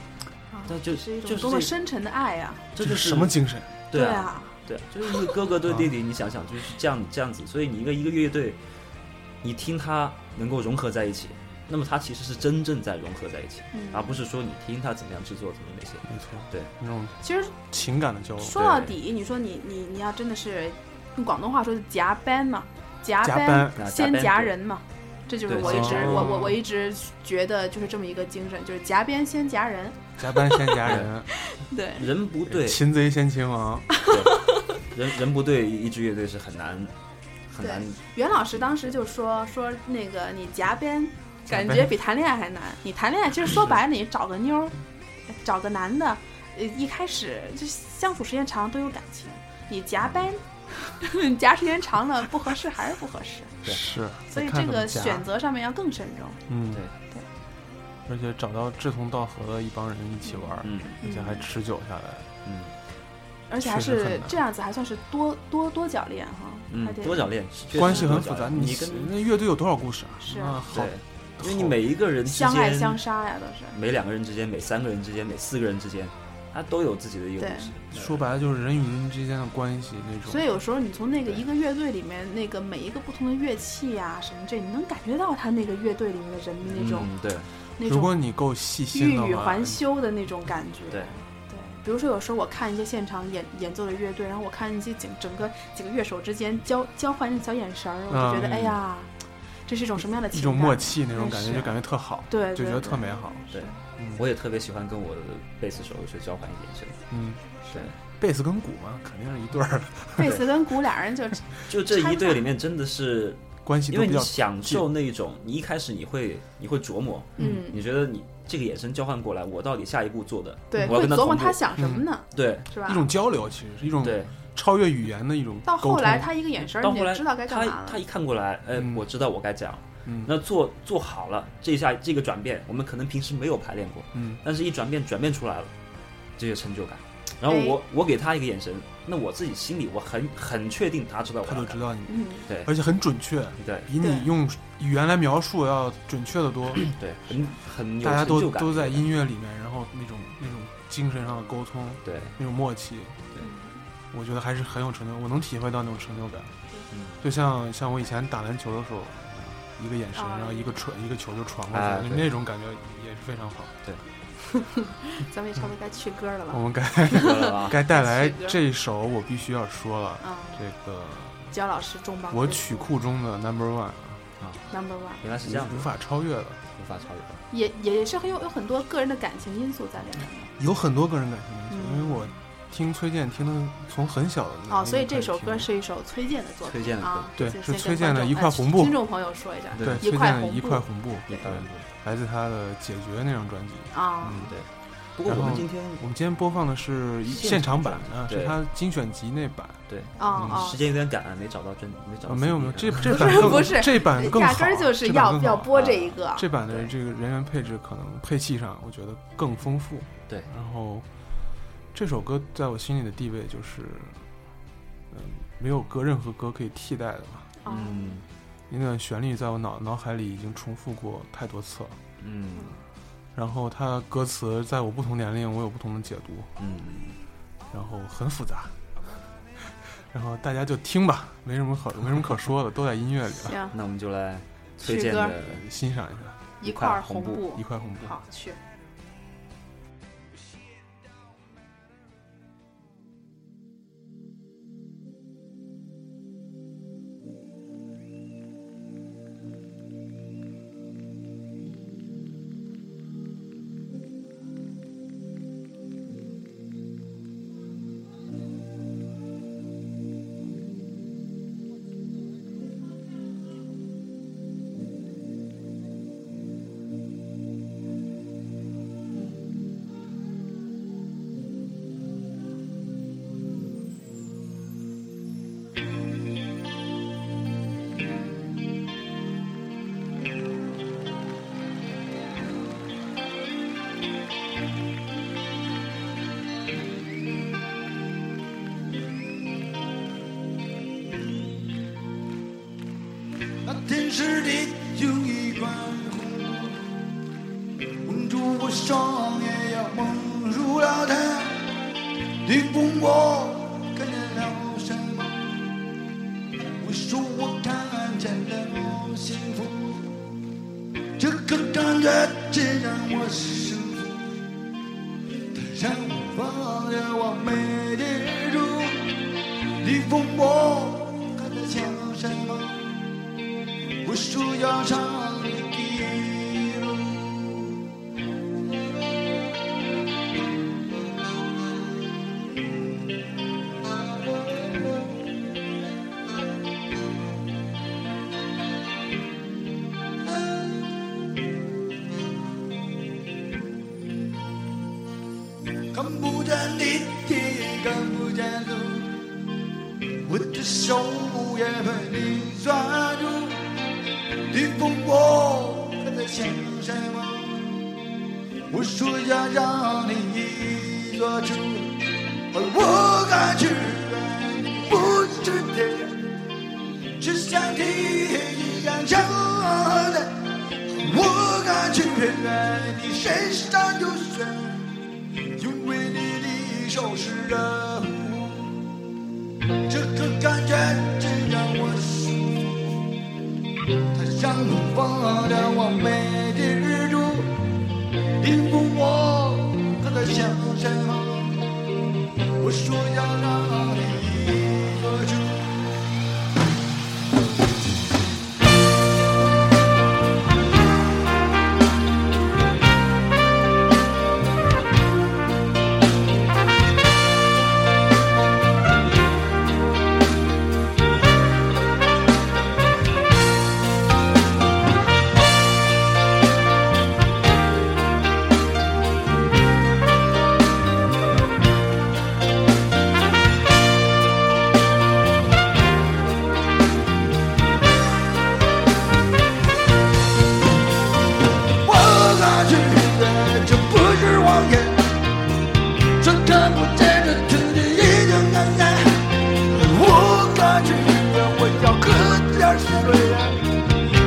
Speaker 3: 啊
Speaker 6: 但就
Speaker 3: 一
Speaker 6: 就
Speaker 3: 种
Speaker 6: 是
Speaker 3: 多么
Speaker 6: 这
Speaker 3: 深沉的爱呀！
Speaker 6: 这
Speaker 5: 这
Speaker 6: 就是
Speaker 5: 什么精神？
Speaker 6: 对啊，
Speaker 3: 啊，
Speaker 6: 对啊，就是一个哥哥对弟弟，你想想就是这样这样子。所以你一个一个乐队，你听他能够融合在一起，那么他其实是真正在融合在一起，
Speaker 3: 嗯
Speaker 6: 而不是说你听他怎么样制作怎么那些。
Speaker 5: 没错，
Speaker 6: 对，
Speaker 5: 那种
Speaker 3: 其实
Speaker 5: 情感的交流。
Speaker 3: 说到底，你说你你你要真的是用广东话说是夹班嘛，夹
Speaker 5: 加班
Speaker 6: 啊
Speaker 3: 先
Speaker 6: 夹班
Speaker 3: 夹
Speaker 6: 对
Speaker 3: 人嘛，这就是
Speaker 6: 对
Speaker 3: 我一直
Speaker 5: 哦
Speaker 3: 我我我一直觉得就是这么一个精神，就是夹边先夹人。
Speaker 5: 加班先夹人，
Speaker 3: 对，
Speaker 6: 人不 对，
Speaker 5: 擒贼先擒王。
Speaker 6: 对人人不对，一支乐队是很难很难。
Speaker 3: 袁老师当时就说说那个你夹边，
Speaker 5: 夹
Speaker 3: 感
Speaker 5: 边
Speaker 3: 觉比谈恋爱还难。你谈恋爱其实说白了，你找个妞儿，找个男的，呃，一开始就相处时间长都有感情，你夹班。 你夹时间长了不合适，还是不合适，
Speaker 6: 对
Speaker 5: 是，
Speaker 3: 所以这
Speaker 5: 看怎
Speaker 3: 个
Speaker 5: 么夹
Speaker 3: 选，择上面要更慎重。
Speaker 5: 嗯，
Speaker 6: 对
Speaker 3: 对
Speaker 5: 而且找到志同道合的一帮人一起玩儿，
Speaker 6: 嗯
Speaker 5: 而且还
Speaker 3: 嗯
Speaker 5: 持久下来。
Speaker 6: 嗯
Speaker 3: 而且还
Speaker 5: 确实很
Speaker 3: 是
Speaker 5: 难
Speaker 3: 这样子，还算是多多多角恋哈，还
Speaker 6: 嗯
Speaker 3: 得，
Speaker 6: 多角恋确实
Speaker 5: 关系
Speaker 6: 多
Speaker 5: 很
Speaker 6: 角
Speaker 5: 复杂，
Speaker 6: 恋
Speaker 5: 你
Speaker 6: 你跟
Speaker 5: 那乐队有多少故事啊？
Speaker 3: 是
Speaker 5: 啊，好
Speaker 6: 对，，因为你每一个人之
Speaker 3: 相爱
Speaker 6: 间
Speaker 3: 相杀呀，都是。
Speaker 6: 每两个人之间、每三个人之间、每四个人之间，他都有自己的一个
Speaker 3: 对
Speaker 6: 故事。
Speaker 5: 说白了就是人与人之间的关系那种。
Speaker 3: 所以有时候你从那个
Speaker 6: 对
Speaker 3: 一个乐队里面那个每一个不同的乐器呀、什么这，你能感觉到他那个乐队里面的人的那种、
Speaker 6: 嗯，对，
Speaker 3: 那
Speaker 5: 如果
Speaker 3: 种
Speaker 5: 你够细心
Speaker 3: 欲
Speaker 5: 的
Speaker 3: 语
Speaker 5: 话，
Speaker 3: 还休的那种感觉。
Speaker 6: 对
Speaker 3: 对比如说有时候我看一些现场演演奏的乐队，然后我看一些整整个几个乐手之间交交换那小眼神儿，我就觉得、
Speaker 5: 嗯
Speaker 3: 哎呀，这是一种什么样的
Speaker 5: 一
Speaker 3: 情
Speaker 5: 种
Speaker 3: 感？
Speaker 5: 默契那种感觉，
Speaker 3: 是
Speaker 5: 就感觉特好，
Speaker 3: 对
Speaker 5: 就觉
Speaker 3: 对
Speaker 5: 得特
Speaker 3: 对
Speaker 5: 美好。
Speaker 6: 对
Speaker 5: 嗯，
Speaker 6: 我也特别喜欢跟我的贝斯手去交换眼神。
Speaker 5: 嗯，
Speaker 6: 对，
Speaker 5: 贝斯跟鼓嘛，肯定是一对儿，
Speaker 3: 贝斯跟鼓俩人 就嗯
Speaker 6: 就这一对里面真的是，
Speaker 5: 关系
Speaker 6: 因
Speaker 5: 都
Speaker 6: 为
Speaker 5: 比
Speaker 6: 你
Speaker 5: 较
Speaker 6: 享受那种，你一开始你会你会琢磨，
Speaker 3: 嗯，
Speaker 6: 你觉得你这个眼神交换过来，我到底下一步做的，
Speaker 3: 对，
Speaker 6: 我
Speaker 3: 会
Speaker 6: 要跟他
Speaker 3: 琢磨
Speaker 6: 同
Speaker 3: 他
Speaker 6: 步。
Speaker 3: 想
Speaker 5: 嗯
Speaker 3: 什么呢，
Speaker 6: 对
Speaker 3: 是吧
Speaker 5: 一？种交流，其实是一种
Speaker 6: 对，
Speaker 5: 超越语言的一种
Speaker 3: 到
Speaker 5: 沟
Speaker 3: 后
Speaker 5: 通
Speaker 3: 来他一个眼神儿，
Speaker 6: 到
Speaker 3: 你
Speaker 6: 后来
Speaker 3: 就知道该干
Speaker 6: 他
Speaker 3: 嘛
Speaker 6: 他
Speaker 3: 了。
Speaker 6: 一看过来，哎
Speaker 5: 嗯，
Speaker 6: 我知道我该讲。
Speaker 5: 嗯
Speaker 6: 那做做好了，这一下这个转变，我们可能平时没有排练过，
Speaker 5: 嗯，
Speaker 6: 但是一转变转变出来了，这有成就感。然后
Speaker 3: 哎
Speaker 6: 我、我给他一个眼神，那我自己心里我很很确定他知道我
Speaker 5: 他
Speaker 6: 要
Speaker 5: 就
Speaker 6: 干
Speaker 5: 知道你，
Speaker 3: 嗯，
Speaker 6: 对
Speaker 5: 而且很准确，
Speaker 6: 对
Speaker 5: 比
Speaker 3: 对
Speaker 5: 你用语言来描述要准确的多。
Speaker 6: 对，很很有
Speaker 5: 大家
Speaker 6: 成
Speaker 5: 都
Speaker 6: 就感。
Speaker 5: 都在音乐里面，然后那种那种精神上的沟通，
Speaker 6: 对，
Speaker 5: 那种默契，
Speaker 3: 嗯
Speaker 6: 对
Speaker 5: 我觉得还是很有成就，我能体会到那种成就感。
Speaker 6: 嗯
Speaker 5: 就像像我以前打篮球的时候，一个眼神，
Speaker 3: 啊
Speaker 5: 然后一个传一个球就传过去，
Speaker 6: 啊
Speaker 5: 了，
Speaker 6: 对
Speaker 5: 那种感觉也是非常好。
Speaker 3: 咱们也差不多该去歌了
Speaker 5: 我
Speaker 3: 吧？
Speaker 5: 们该
Speaker 6: 明白了吧
Speaker 5: 该带来
Speaker 3: 是的
Speaker 5: 这首，我必须要说了，
Speaker 3: 啊嗯，
Speaker 5: 这个
Speaker 3: 焦老师重磅
Speaker 5: 我
Speaker 3: 推
Speaker 5: 曲
Speaker 3: 荐
Speaker 5: 库中的 Number One，
Speaker 3: number one，
Speaker 6: 原来是这样
Speaker 5: 无
Speaker 6: 的，
Speaker 5: 法超越的，
Speaker 6: 无法超越。
Speaker 3: 也也是很有有很多个人的感情因素在里面的。
Speaker 5: 有很多个人感情因素，
Speaker 3: 嗯
Speaker 5: 因为我听崔健听的从很小的那
Speaker 3: 哦，所以这首歌
Speaker 5: 那个开始听
Speaker 3: 是一首崔健的作品
Speaker 6: 推荐的歌
Speaker 3: 啊，
Speaker 5: 对
Speaker 3: 先
Speaker 5: 是
Speaker 3: 先
Speaker 5: 崔
Speaker 3: 跟
Speaker 5: 健的
Speaker 3: 观众
Speaker 5: 一块
Speaker 3: 呃
Speaker 5: 红布
Speaker 3: 听众朋友说一下
Speaker 5: 对，
Speaker 3: 一
Speaker 5: 崔
Speaker 3: 块
Speaker 5: 健的
Speaker 3: 红
Speaker 5: 一
Speaker 3: 布
Speaker 5: 块红布，
Speaker 6: 一块红布
Speaker 5: 来自他的《解决》那张专辑。
Speaker 3: 啊，
Speaker 5: 嗯，
Speaker 6: 不过我
Speaker 5: 然
Speaker 6: 们
Speaker 5: 后
Speaker 6: 今天
Speaker 3: 哦
Speaker 5: 我们今天播放的是一
Speaker 6: 现
Speaker 5: 现场
Speaker 6: 场
Speaker 5: 版
Speaker 6: 版
Speaker 5: 啊，
Speaker 6: 对
Speaker 5: 是他精选集那版。
Speaker 3: 哦哦
Speaker 5: 嗯
Speaker 6: 时，间有点赶，没找到真没找
Speaker 5: 啊，
Speaker 6: 到 CD 啊。
Speaker 5: 没有没有，这这版 更
Speaker 3: 不是
Speaker 5: 这版更
Speaker 3: 压
Speaker 5: 好，
Speaker 3: 根儿就是
Speaker 5: 这版
Speaker 3: 要
Speaker 5: 更好
Speaker 3: 要播这一个，
Speaker 5: 这版的
Speaker 6: 对
Speaker 5: 这个人员配置可能配器上，我觉得更丰富。
Speaker 6: 对，
Speaker 5: 然后这首歌在我心里的地位就是，嗯，没有歌任何歌可以替代的吧。
Speaker 3: 啊
Speaker 6: 嗯
Speaker 5: 那个旋律在我脑脑海里已经重复过太多次了，
Speaker 6: 嗯
Speaker 5: 然后它歌词在我不同年龄我有不同的解读，
Speaker 6: 嗯，
Speaker 5: 然后很复杂，然后大家就听吧，没什么可没什么可说的，都在音乐里了，
Speaker 3: 行，
Speaker 6: 那我们就来
Speaker 3: 去
Speaker 6: 推荐
Speaker 3: 歌
Speaker 6: 的
Speaker 5: 欣赏一下
Speaker 3: 一
Speaker 6: 一
Speaker 3: 块
Speaker 6: 块
Speaker 3: 儿
Speaker 6: 红布
Speaker 3: 布
Speaker 5: 一，块红布。
Speaker 3: 好去。
Speaker 2: 那天是地有一关火，蒙住我双眼，要蒙住了它。你问我看见了什么？我说我看见了幸福，这个感觉只让我舒服，它让我忘了我没地住。你问我看得像什么？我说要唱你的歌。看不见你，天也看不见路，我的手也被你抓住。你问我还在想什么？我说要让你做主，而我感觉你不是的，只想听一样唱的。我感觉你身上有血，因为你的手是热乎，这个感觉真让我舒服。它像东方的完美的日出，你问我还在想什么？我说要让你做主。
Speaker 4: 看不见的天地已经暗淡，我感觉我要喝点水。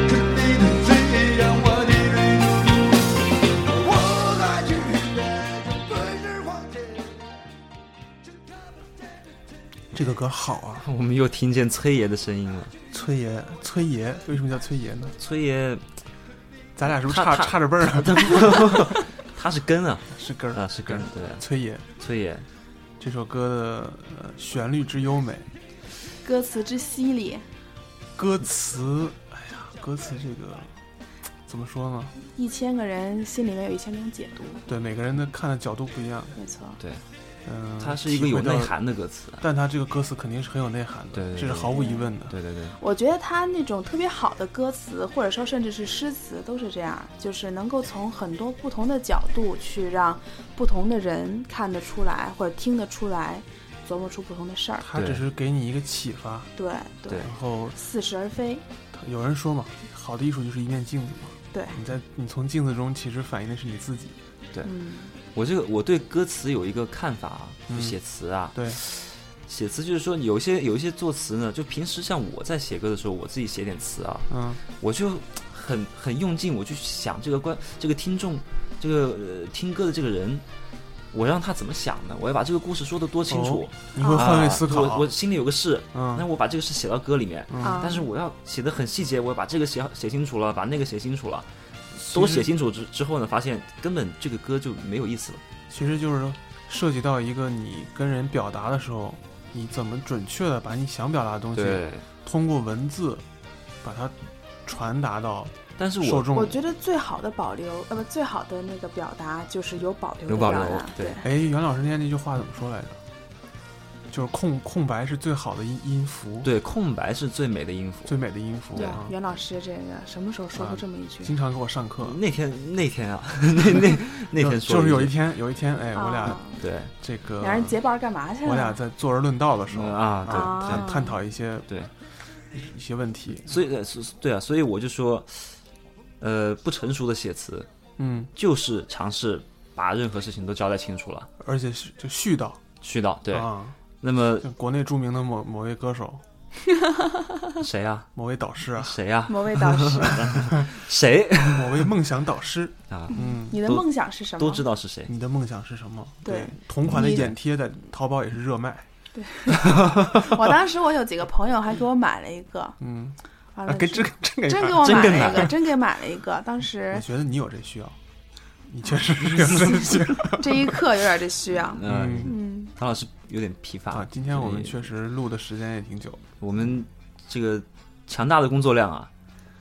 Speaker 4: 可你的嘴让我滴泪，我感觉对视黄金。
Speaker 5: 这个歌好啊！
Speaker 6: 我们又听见崔爷的声音了。
Speaker 5: 崔爷，崔爷，为什么叫崔爷呢？
Speaker 6: 崔爷，
Speaker 5: 咱俩是不是
Speaker 6: 他
Speaker 5: 差
Speaker 6: 他
Speaker 5: 差着辈儿啊？
Speaker 6: 他是根啊，
Speaker 5: 是根儿
Speaker 6: 啊是根，对啊，
Speaker 5: 崔爷
Speaker 6: 崔爷，
Speaker 5: 这首歌的呃旋律之优美，
Speaker 3: 歌词之犀利，
Speaker 5: 歌词，哎呀，歌词这个怎么说呢？
Speaker 3: 一千个人心里面有一千种解读，
Speaker 5: 对，每个人的看的角度不一样。
Speaker 3: 没错。
Speaker 5: 嗯、
Speaker 6: 他是一个有
Speaker 5: 体会
Speaker 6: 内
Speaker 5: 到，
Speaker 6: 涵的歌词啊。
Speaker 5: 但他这个歌词肯定是很有内涵的，
Speaker 6: 对对对
Speaker 5: 这是毫无疑问的。
Speaker 6: 对对对，
Speaker 3: 我觉得他那种特别好的歌词，或者说甚至是诗词，都是这样，就是能够从很多不同的角度去让不同的人看得出来，或者听得出来，琢磨出不同的事儿。
Speaker 5: 他只是给你一个启发，
Speaker 3: 对
Speaker 6: 对
Speaker 5: 然后
Speaker 3: 似是而非，
Speaker 5: 有人说嘛，好的艺术就是一面镜子嘛。
Speaker 3: 对
Speaker 5: 你在你从镜子中其实反映的是你自己。
Speaker 3: 嗯，
Speaker 6: 我这个我对歌词有一个看法啊，就
Speaker 5: 嗯
Speaker 6: 写词啊，
Speaker 5: 对，
Speaker 6: 写词就是说有一些有一些作词呢，就平时像我在写歌的时候，我自己写点词啊，
Speaker 5: 嗯，
Speaker 6: 我就很很用劲，我去想这个观这个听众，这个、呃、听歌的这个人，我让他怎么想呢？我要把这个故事说的多清楚，
Speaker 5: 你会哦换位思考。
Speaker 6: 啊我我心里有个事，那
Speaker 5: 嗯
Speaker 6: 我把这个事写到歌里面，
Speaker 3: 啊
Speaker 6: 嗯但是我要写的很细节，我要把这个写写清楚了，把那个写清楚了，都写清楚之之后呢，发现根本这个歌就没有意思了。
Speaker 5: 其实就是涉及到一个你跟人表达的时候，你怎么准确的把你想表达的东西通过文字把它传达到
Speaker 6: 但是
Speaker 5: 受
Speaker 6: 我
Speaker 5: 众。
Speaker 3: 我觉得最好的保留，呃不，最好的那个表达就是有保留的
Speaker 6: 有保
Speaker 3: 表
Speaker 6: 留
Speaker 3: 达。
Speaker 6: 对
Speaker 5: 哎，袁老师那天那句话怎么说来着？就是空空白是最好的音音符，，
Speaker 6: 对空白是最美的音符。
Speaker 5: 最美的音符
Speaker 3: 对
Speaker 5: 啊，！
Speaker 3: 袁老师这个什么时候说过这么一句？
Speaker 6: 嗯
Speaker 5: 经常给我上课。
Speaker 6: 那天那天啊，那那那天说
Speaker 5: 就
Speaker 6: 了
Speaker 5: 是有一
Speaker 6: 句
Speaker 5: 天，有一天，哎，我俩
Speaker 3: 啊
Speaker 6: 对，
Speaker 5: 这个，
Speaker 3: 俩人结伴儿干嘛去了？
Speaker 5: 我俩在坐而论道的时候
Speaker 6: 嗯啊对
Speaker 3: 啊
Speaker 5: 探探讨一些
Speaker 6: 对
Speaker 5: 一些问题。
Speaker 6: 所以呃所对啊，所以我就说，呃，不成熟的写词
Speaker 5: 嗯，
Speaker 6: 就是尝试把任何事情都交代清楚了，
Speaker 5: 而且是就絮叨，
Speaker 6: 絮叨对。
Speaker 5: 啊，
Speaker 6: 那么
Speaker 5: 像国内著名的某某位歌手、
Speaker 6: 谁呀、
Speaker 5: 某位 导师啊、
Speaker 6: 谁呀、
Speaker 3: 某位导 师，
Speaker 6: 谁
Speaker 5: 某位梦想导师，
Speaker 6: 啊？
Speaker 5: 嗯，
Speaker 3: 你的
Speaker 6: 都
Speaker 3: 梦想是什么？
Speaker 6: 都知道是 谁。
Speaker 5: 你的梦想是什么？
Speaker 3: 对，
Speaker 5: 同款的
Speaker 3: 你
Speaker 5: 眼贴在淘宝也是热卖。
Speaker 3: 我当时我有几个朋友还给我买了一个，
Speaker 5: 嗯，
Speaker 3: 完
Speaker 5: 啊，
Speaker 3: 了
Speaker 5: 给
Speaker 3: 之
Speaker 5: 这个 这个
Speaker 3: 真
Speaker 5: 也
Speaker 3: 给我买
Speaker 6: 真给
Speaker 5: 买
Speaker 3: 了一
Speaker 6: 买
Speaker 3: 个，真给买了一个。当时
Speaker 5: 我 觉得你有这需要，你确实是有 这需要
Speaker 3: 这一刻有点这需要。
Speaker 6: 嗯，
Speaker 3: 嗯，
Speaker 6: 唐老师有点疲乏
Speaker 5: 啊。今天我们
Speaker 6: 所以
Speaker 5: 确实录的时间也 挺久，
Speaker 6: 我们这个强大的工作量啊，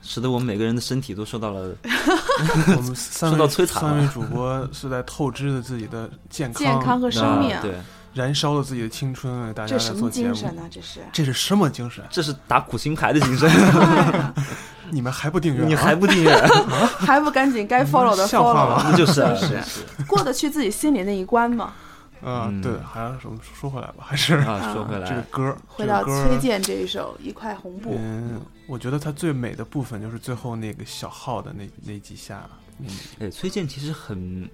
Speaker 6: 使得我们每个人的身体都受到了
Speaker 5: 我们三
Speaker 6: 受到
Speaker 5: 位
Speaker 6: 摧残了
Speaker 5: 三位主播是在透支着自己的健
Speaker 3: 健康和生命
Speaker 6: 啊，对，
Speaker 5: 燃烧了自己的青春，为大
Speaker 3: 这
Speaker 5: 家来
Speaker 3: 什
Speaker 5: 做
Speaker 3: 么
Speaker 5: 节
Speaker 3: 精
Speaker 5: 目。
Speaker 3: 神呢、这是。
Speaker 5: 这是什么精神？
Speaker 6: 这是打苦心牌的 精神，
Speaker 5: 你们还不订阅、啊？
Speaker 6: 你还不 订阅，
Speaker 3: 还不赶紧该 follow 的
Speaker 5: 像话
Speaker 3: follow，
Speaker 5: 吗
Speaker 6: 那就是啊是
Speaker 3: 过得去自己心里那一关嘛。
Speaker 5: 啊、
Speaker 6: 嗯
Speaker 5: 对，还有什么说回来吧？ 还是、
Speaker 6: 啊。说回
Speaker 5: 这个
Speaker 6: 来，
Speaker 5: 歌，
Speaker 3: 回到
Speaker 5: 这个
Speaker 3: 崔
Speaker 5: 歌
Speaker 3: 健这一首《一块红布》，
Speaker 5: 嗯，我觉得它最美的部分就是最后那个小号的那那几下，嗯，
Speaker 6: 哎，崔健其实很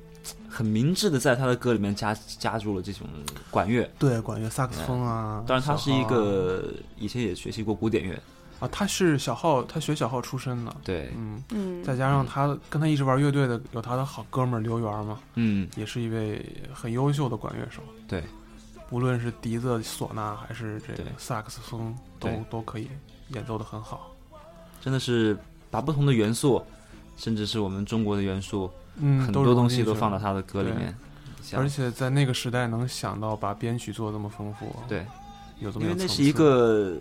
Speaker 6: 很明智的在他的歌里面加加入了这种管乐。
Speaker 5: 对，管乐、萨克斯风啊。
Speaker 6: 当然，他嗯是一
Speaker 5: 小号
Speaker 6: 个以前也学习过古典乐，
Speaker 5: 啊啊，他是小号，他学小号出身的，
Speaker 6: 对，
Speaker 5: 嗯，
Speaker 3: 嗯，
Speaker 5: 再加上他跟他一直玩乐队的有他的好哥们儿刘源嘛，
Speaker 6: 嗯，
Speaker 5: 也是一位很优秀的管乐手，
Speaker 6: 对，
Speaker 5: 无论是笛子、唢呐还是这
Speaker 6: 对
Speaker 5: 个萨克斯风，都
Speaker 6: 对
Speaker 5: 都可以演奏的很好，
Speaker 6: 真的是把不同的元素，甚至是我们中国的元素，
Speaker 5: 嗯，
Speaker 6: 很
Speaker 5: 融
Speaker 6: 多
Speaker 5: 进
Speaker 6: 东西
Speaker 5: 去
Speaker 6: 都
Speaker 5: 了
Speaker 6: 放到他的歌里
Speaker 5: 对
Speaker 6: 面。像
Speaker 5: 而且在那个时代能想到把编曲做得这么丰富，，
Speaker 6: 对，
Speaker 5: 有这
Speaker 6: 因
Speaker 5: 么
Speaker 6: 为
Speaker 5: 有
Speaker 6: 那
Speaker 5: 层
Speaker 6: 是一
Speaker 5: 次
Speaker 6: 个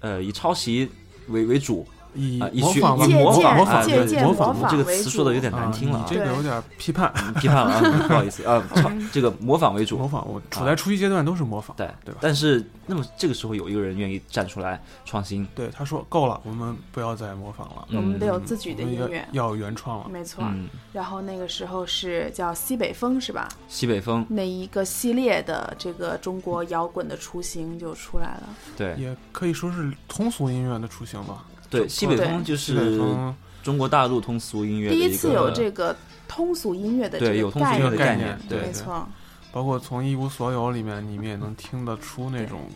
Speaker 6: 呃以抄袭为为主，
Speaker 5: 以
Speaker 6: 啊以
Speaker 5: 模
Speaker 6: 学
Speaker 5: 仿吧
Speaker 6: 以啊
Speaker 3: 借鉴
Speaker 5: 模仿模仿
Speaker 3: 借
Speaker 5: 对
Speaker 3: 鉴
Speaker 5: 模
Speaker 3: 仿
Speaker 5: 仿
Speaker 6: 我这个
Speaker 3: 为
Speaker 6: 词
Speaker 3: 主
Speaker 6: 说的有点难听了
Speaker 5: 啊
Speaker 6: 啊
Speaker 5: 你，这个
Speaker 3: 对
Speaker 5: 有点批判
Speaker 6: 批判了啊，不好意思啊，抄这个模仿为
Speaker 5: 模
Speaker 6: 主。
Speaker 5: 仿，我处在初级阶段都是模仿。
Speaker 6: 啊对，
Speaker 5: 对吧
Speaker 6: 但是，那么这个时候有一个人愿意站出来创新，
Speaker 5: 对，他说够了，我们不要再模仿了，
Speaker 3: 我们得有
Speaker 5: 嗯
Speaker 3: 自己的
Speaker 5: 我们
Speaker 3: 音
Speaker 5: 要
Speaker 3: 乐，
Speaker 5: 要有原创了。
Speaker 3: 没错。
Speaker 6: 嗯，
Speaker 3: 然后那个时候是叫西北风是吧？
Speaker 6: 西北风，
Speaker 3: 那一个系列的这个中国摇滚的雏形就出来了。
Speaker 6: 对
Speaker 5: 也可以说是通俗音乐的雏形吧。
Speaker 6: 对，西北
Speaker 3: 对
Speaker 6: 风就
Speaker 5: 西北
Speaker 6: 是
Speaker 5: 风
Speaker 6: 中国大陆通俗音乐的
Speaker 3: 第
Speaker 6: 一
Speaker 3: 一
Speaker 6: 个
Speaker 3: 次有这个通俗音乐的
Speaker 6: 对
Speaker 3: 这
Speaker 6: 有
Speaker 3: 个
Speaker 6: 通俗
Speaker 3: 概
Speaker 6: 音乐
Speaker 5: 这
Speaker 6: 的
Speaker 5: 个
Speaker 3: 念，
Speaker 5: 概
Speaker 6: 念
Speaker 5: 念，
Speaker 6: 对
Speaker 3: 没错。
Speaker 5: 包括从《一无所有》里面，你们也能听得出那种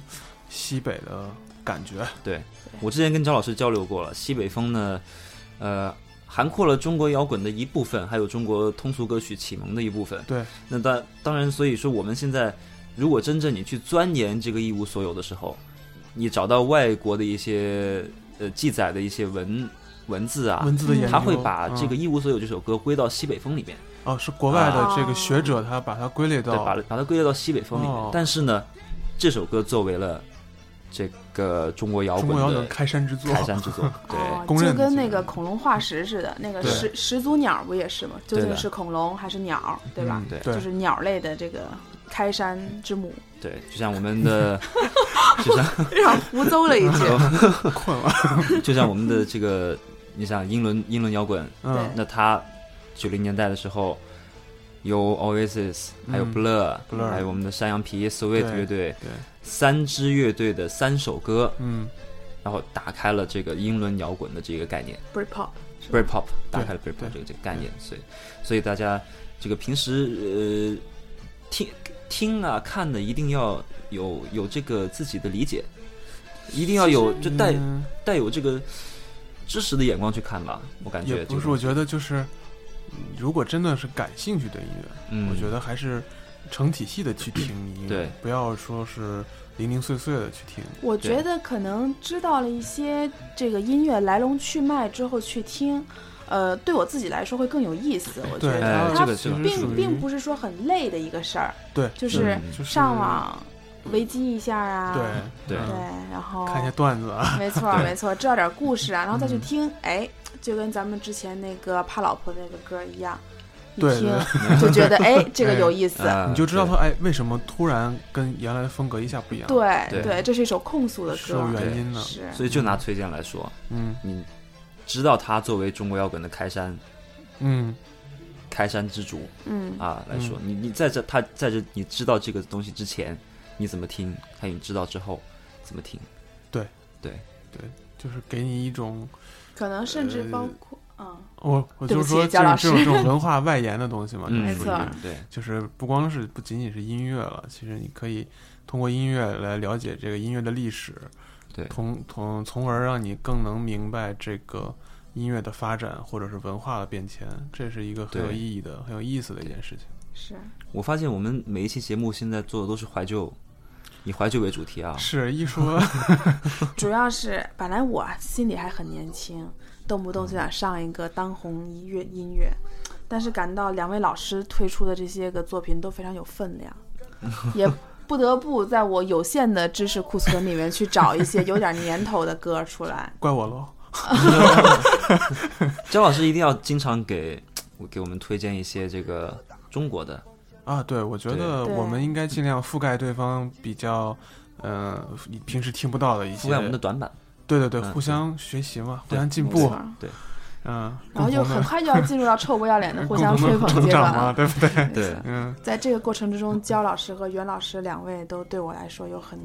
Speaker 5: 西北的感觉。
Speaker 6: 我之前跟张老师交流过了，西北风呢，呃，涵括了中国摇滚的一部分，还有中国通俗歌曲启蒙的一部分。
Speaker 5: 对，
Speaker 6: 那当当然，所以说我们现在如果真正你去钻研这个一无所有的时候，你找到外国的一些呃记载的一些文文字啊，
Speaker 5: 文字的研究，
Speaker 6: 他会把这个《
Speaker 5: 嗯
Speaker 6: 一无所有》这首歌归到西北风里面，
Speaker 5: 哦，是国外的
Speaker 3: 啊
Speaker 5: 这个学者，他把它归类
Speaker 6: 对，把
Speaker 5: 到
Speaker 6: 把它归类到西北风里面。
Speaker 5: 哦
Speaker 6: 但是呢，这首歌作为了这个中国摇
Speaker 5: 中
Speaker 6: 滚
Speaker 5: 国摇
Speaker 6: 的
Speaker 5: 滚开山之作。
Speaker 6: 开山之作，对。
Speaker 3: 哦
Speaker 5: 公认
Speaker 3: 就
Speaker 5: 的
Speaker 3: 跟
Speaker 5: 基
Speaker 3: 那
Speaker 5: 本
Speaker 3: 个恐龙化石似的，那个
Speaker 5: 对
Speaker 3: 始始祖鸟不也是吗？究
Speaker 6: 对
Speaker 3: 竟
Speaker 6: 的
Speaker 3: 是恐龙还是鸟，对吧？
Speaker 5: 嗯
Speaker 6: 对
Speaker 5: 对
Speaker 3: 就是鸟类的这个开山之母，
Speaker 6: 对，就像我们的，就像
Speaker 3: 让胡诌了一句。
Speaker 5: 困了。
Speaker 6: 就像我们的这个，你想英伦英伦摇滚，
Speaker 5: 嗯
Speaker 6: 那他九零年代的时候有 Oasis，还有
Speaker 5: 嗯
Speaker 6: Blur，、
Speaker 5: Blur
Speaker 6: 还有我们的山羊皮 Sweet
Speaker 5: 对
Speaker 6: 乐队，
Speaker 5: 对
Speaker 6: 三支乐队的三首歌，
Speaker 5: 嗯，
Speaker 6: 然后打开了这个英伦摇滚的这个概念
Speaker 3: Britpop，
Speaker 6: ，Britpop 打开了
Speaker 5: 对
Speaker 6: Britpop 这个这个概念，所以所以大家这个平时呃听听啊看的一定要有有这个自己的理解，一定要有就带。
Speaker 5: 嗯
Speaker 6: 带有这个知识的眼光去看吧，我感觉
Speaker 5: 也不，
Speaker 6: 就是
Speaker 5: 我觉得就是，嗯如果真的是感兴趣对音乐，
Speaker 6: 嗯，
Speaker 5: 我觉得还是成体系的去听音乐，
Speaker 6: 对，
Speaker 5: 不要说是零零碎碎的去听。
Speaker 3: 我
Speaker 6: 对
Speaker 3: 觉得可能知道了一些这个音乐来龙去脉之后去听，呃，对我自己来说会更有意思。我觉
Speaker 5: 对，
Speaker 3: 得
Speaker 6: 哎
Speaker 5: 它
Speaker 3: 它
Speaker 6: 这个
Speaker 5: 其实
Speaker 6: 这个
Speaker 5: 属
Speaker 3: 并
Speaker 5: 于
Speaker 3: 并不是说很累的一个事儿，
Speaker 5: 对，
Speaker 3: 就是
Speaker 5: 就是
Speaker 3: 上网啊维基一下啊，
Speaker 5: 对
Speaker 6: 对
Speaker 3: 对
Speaker 5: 嗯，
Speaker 3: 然后
Speaker 5: 看一些段子啊，
Speaker 3: 没错儿，
Speaker 6: 对
Speaker 3: 没错儿，知道点儿故事啊，然后再去
Speaker 5: 嗯
Speaker 3: 听，哎，就跟咱们之前那个怕老婆那个歌儿一样，一
Speaker 5: 对
Speaker 3: 听就觉得哎，这个有意思。
Speaker 6: 啊
Speaker 5: 你就知道他哎为什么突然跟原来的风格一下不一样，，
Speaker 3: 对
Speaker 6: 对
Speaker 3: 对，这是一首控诉的
Speaker 5: 是
Speaker 3: 歌
Speaker 5: 有
Speaker 3: 儿，
Speaker 5: 原因的，
Speaker 3: 是
Speaker 6: 对所以就拿推荐来说，
Speaker 5: 嗯
Speaker 6: 你知道他作为中国摇滚的开山
Speaker 5: 嗯，
Speaker 6: 开山之主
Speaker 3: 嗯，
Speaker 6: 啊来说，你你在这他在这你知道这个东西之前你怎么听，还有你知道之后怎么听，
Speaker 5: 就是给你一种
Speaker 3: 可能甚至包
Speaker 5: 呃
Speaker 3: 括嗯，
Speaker 5: 我我
Speaker 3: 对
Speaker 5: 就
Speaker 3: 不
Speaker 5: 是说
Speaker 3: 起
Speaker 5: 这
Speaker 3: 姜老
Speaker 5: 种这种
Speaker 3: 师
Speaker 5: 这种文化外延的东西嘛，
Speaker 6: 嗯，
Speaker 5: 就
Speaker 3: 没
Speaker 5: 属于
Speaker 3: 错儿
Speaker 6: 对
Speaker 5: 就是不光是不仅仅是音乐了，其实你可以通过音乐来了解这个音乐的历史，
Speaker 6: 对
Speaker 5: 同同从而让你更能明白这个音乐的发展或者是文化的变迁，这是一个很有
Speaker 6: 对
Speaker 5: 意义的、很有意思的一件事情。
Speaker 3: 是
Speaker 6: 我发现我们每一期节目现在做的都是怀旧，以怀旧为主题啊，
Speaker 5: 是一说
Speaker 3: 主要是本来我啊心里还很年轻，动不动就想上一个当红音乐音乐，但是感到两位老师推出的这些个作品都非常有分量，也不得不在我有限的知识库存里面去找一些有点年头的歌出来。
Speaker 5: 怪我喽，
Speaker 6: 焦老师一定要经常给给我们推荐一些这个中国的，
Speaker 5: 啊，对，我觉得
Speaker 3: 对
Speaker 5: 我们应该尽量覆盖对方比较。呃，你平时听不到的一些
Speaker 6: 覆盖我们的短板。
Speaker 5: 对对对，
Speaker 6: 嗯
Speaker 5: 互相学习嘛，互
Speaker 6: 对
Speaker 5: 相进
Speaker 3: 没
Speaker 5: 步
Speaker 3: 错，儿
Speaker 5: 嗯，
Speaker 3: 然后就
Speaker 5: 共
Speaker 3: 很
Speaker 5: 同地
Speaker 3: 快就要进入到臭不要脸的互相吹
Speaker 5: 共同地
Speaker 3: 捧
Speaker 5: 成
Speaker 3: 阶
Speaker 5: 长
Speaker 3: 段
Speaker 5: 嘛，
Speaker 3: 了。
Speaker 5: 对不对？
Speaker 3: 没
Speaker 6: 对
Speaker 3: 错
Speaker 5: 嗯，
Speaker 3: 在这个过程之中，焦老师和袁老师两位都对我来说有很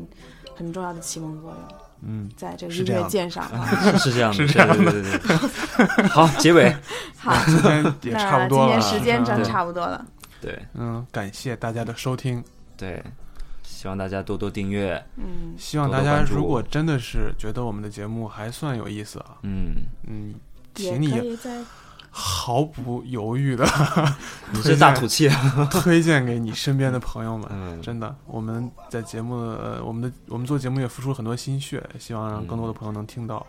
Speaker 3: 很重要的启蒙作用。
Speaker 5: 嗯，
Speaker 3: 在这个
Speaker 5: 是
Speaker 3: 音
Speaker 5: 这样
Speaker 3: 乐
Speaker 5: 的
Speaker 3: 鉴赏 上，啊
Speaker 6: 是是这样的，是这样的，对对对。好，结尾，
Speaker 3: 好，
Speaker 5: 今天也差不多
Speaker 3: 那
Speaker 5: 了，
Speaker 3: 今天时间真
Speaker 5: 嗯
Speaker 3: 差不多了，
Speaker 6: 对
Speaker 5: 嗯，感谢大家的收听，
Speaker 6: 对，希望大家多多订阅，
Speaker 3: 嗯，
Speaker 5: 希望
Speaker 6: 多
Speaker 5: 大
Speaker 6: 多
Speaker 5: 家
Speaker 6: 关注
Speaker 5: 如果真的是觉得我们的节目还算有意思啊，
Speaker 6: 嗯，
Speaker 5: 嗯，
Speaker 3: 也
Speaker 5: 请
Speaker 3: 可
Speaker 5: 你
Speaker 3: 以在
Speaker 5: 毫不犹豫的
Speaker 6: 你
Speaker 5: 推
Speaker 6: 这
Speaker 5: 荐
Speaker 6: 大吐气啊，
Speaker 5: 推荐给你身边的朋友们。
Speaker 6: 嗯，
Speaker 5: 真的，我们在节目，呃，我们的我们做节目也付出很多心血，希望让更多的朋友能听到。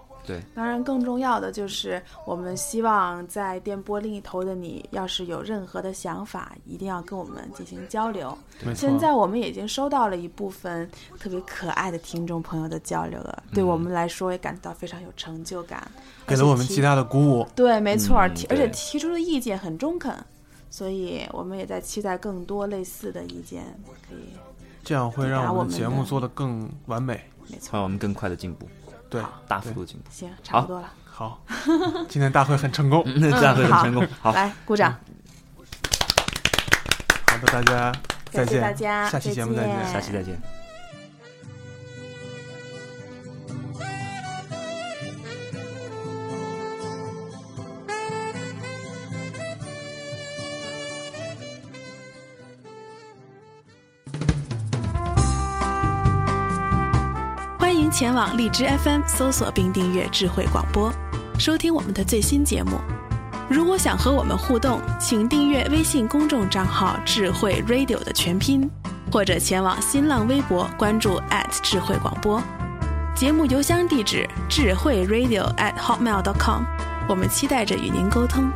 Speaker 3: 当然，更重要的就是，我们希望在电波另一头的你，要是有任何的想法，一定要跟我们进行交流。
Speaker 5: 没错
Speaker 3: 现，在我们已经收到了一部分特别可爱的听众朋友的交流了，对我们来说也感到非常有成就感，
Speaker 5: 嗯给了我们
Speaker 3: 而且提
Speaker 5: 极大的鼓舞。
Speaker 3: 对，没错儿，
Speaker 6: 嗯
Speaker 3: 提
Speaker 6: 对
Speaker 3: 而且提出的意见很中肯，所以我们也在期待更多类似的意见，可以，
Speaker 5: 这样会
Speaker 3: 表达
Speaker 5: 让
Speaker 3: 我们
Speaker 5: 我们的节
Speaker 3: 的
Speaker 5: 目做得更完美。
Speaker 3: 没
Speaker 6: 会
Speaker 3: 错
Speaker 6: 让
Speaker 3: 儿，
Speaker 6: 我们更快的进步，
Speaker 5: 对，
Speaker 6: 大幅度进步，
Speaker 3: 行，差不多了，
Speaker 5: 好，今天大会很 成功。
Speaker 6: 那 这样会很成功。嗯好，
Speaker 3: 嗯来鼓掌，
Speaker 5: 好的，大家再
Speaker 3: 感谢
Speaker 5: 见，
Speaker 3: 大家
Speaker 5: 下期
Speaker 3: 再
Speaker 5: 节目再见
Speaker 3: 见。
Speaker 6: 下期再见。
Speaker 3: 前往荔枝 FM 搜索并订阅“智慧广播”，收听我们的最新节目。如果想和我们互动，请订阅微信公众账号“智慧 Radio” 的全拼，或者前往新浪微博关注智慧广播。节目邮箱地址：智慧 Radio at hotmail.com。我们期待着与您沟通。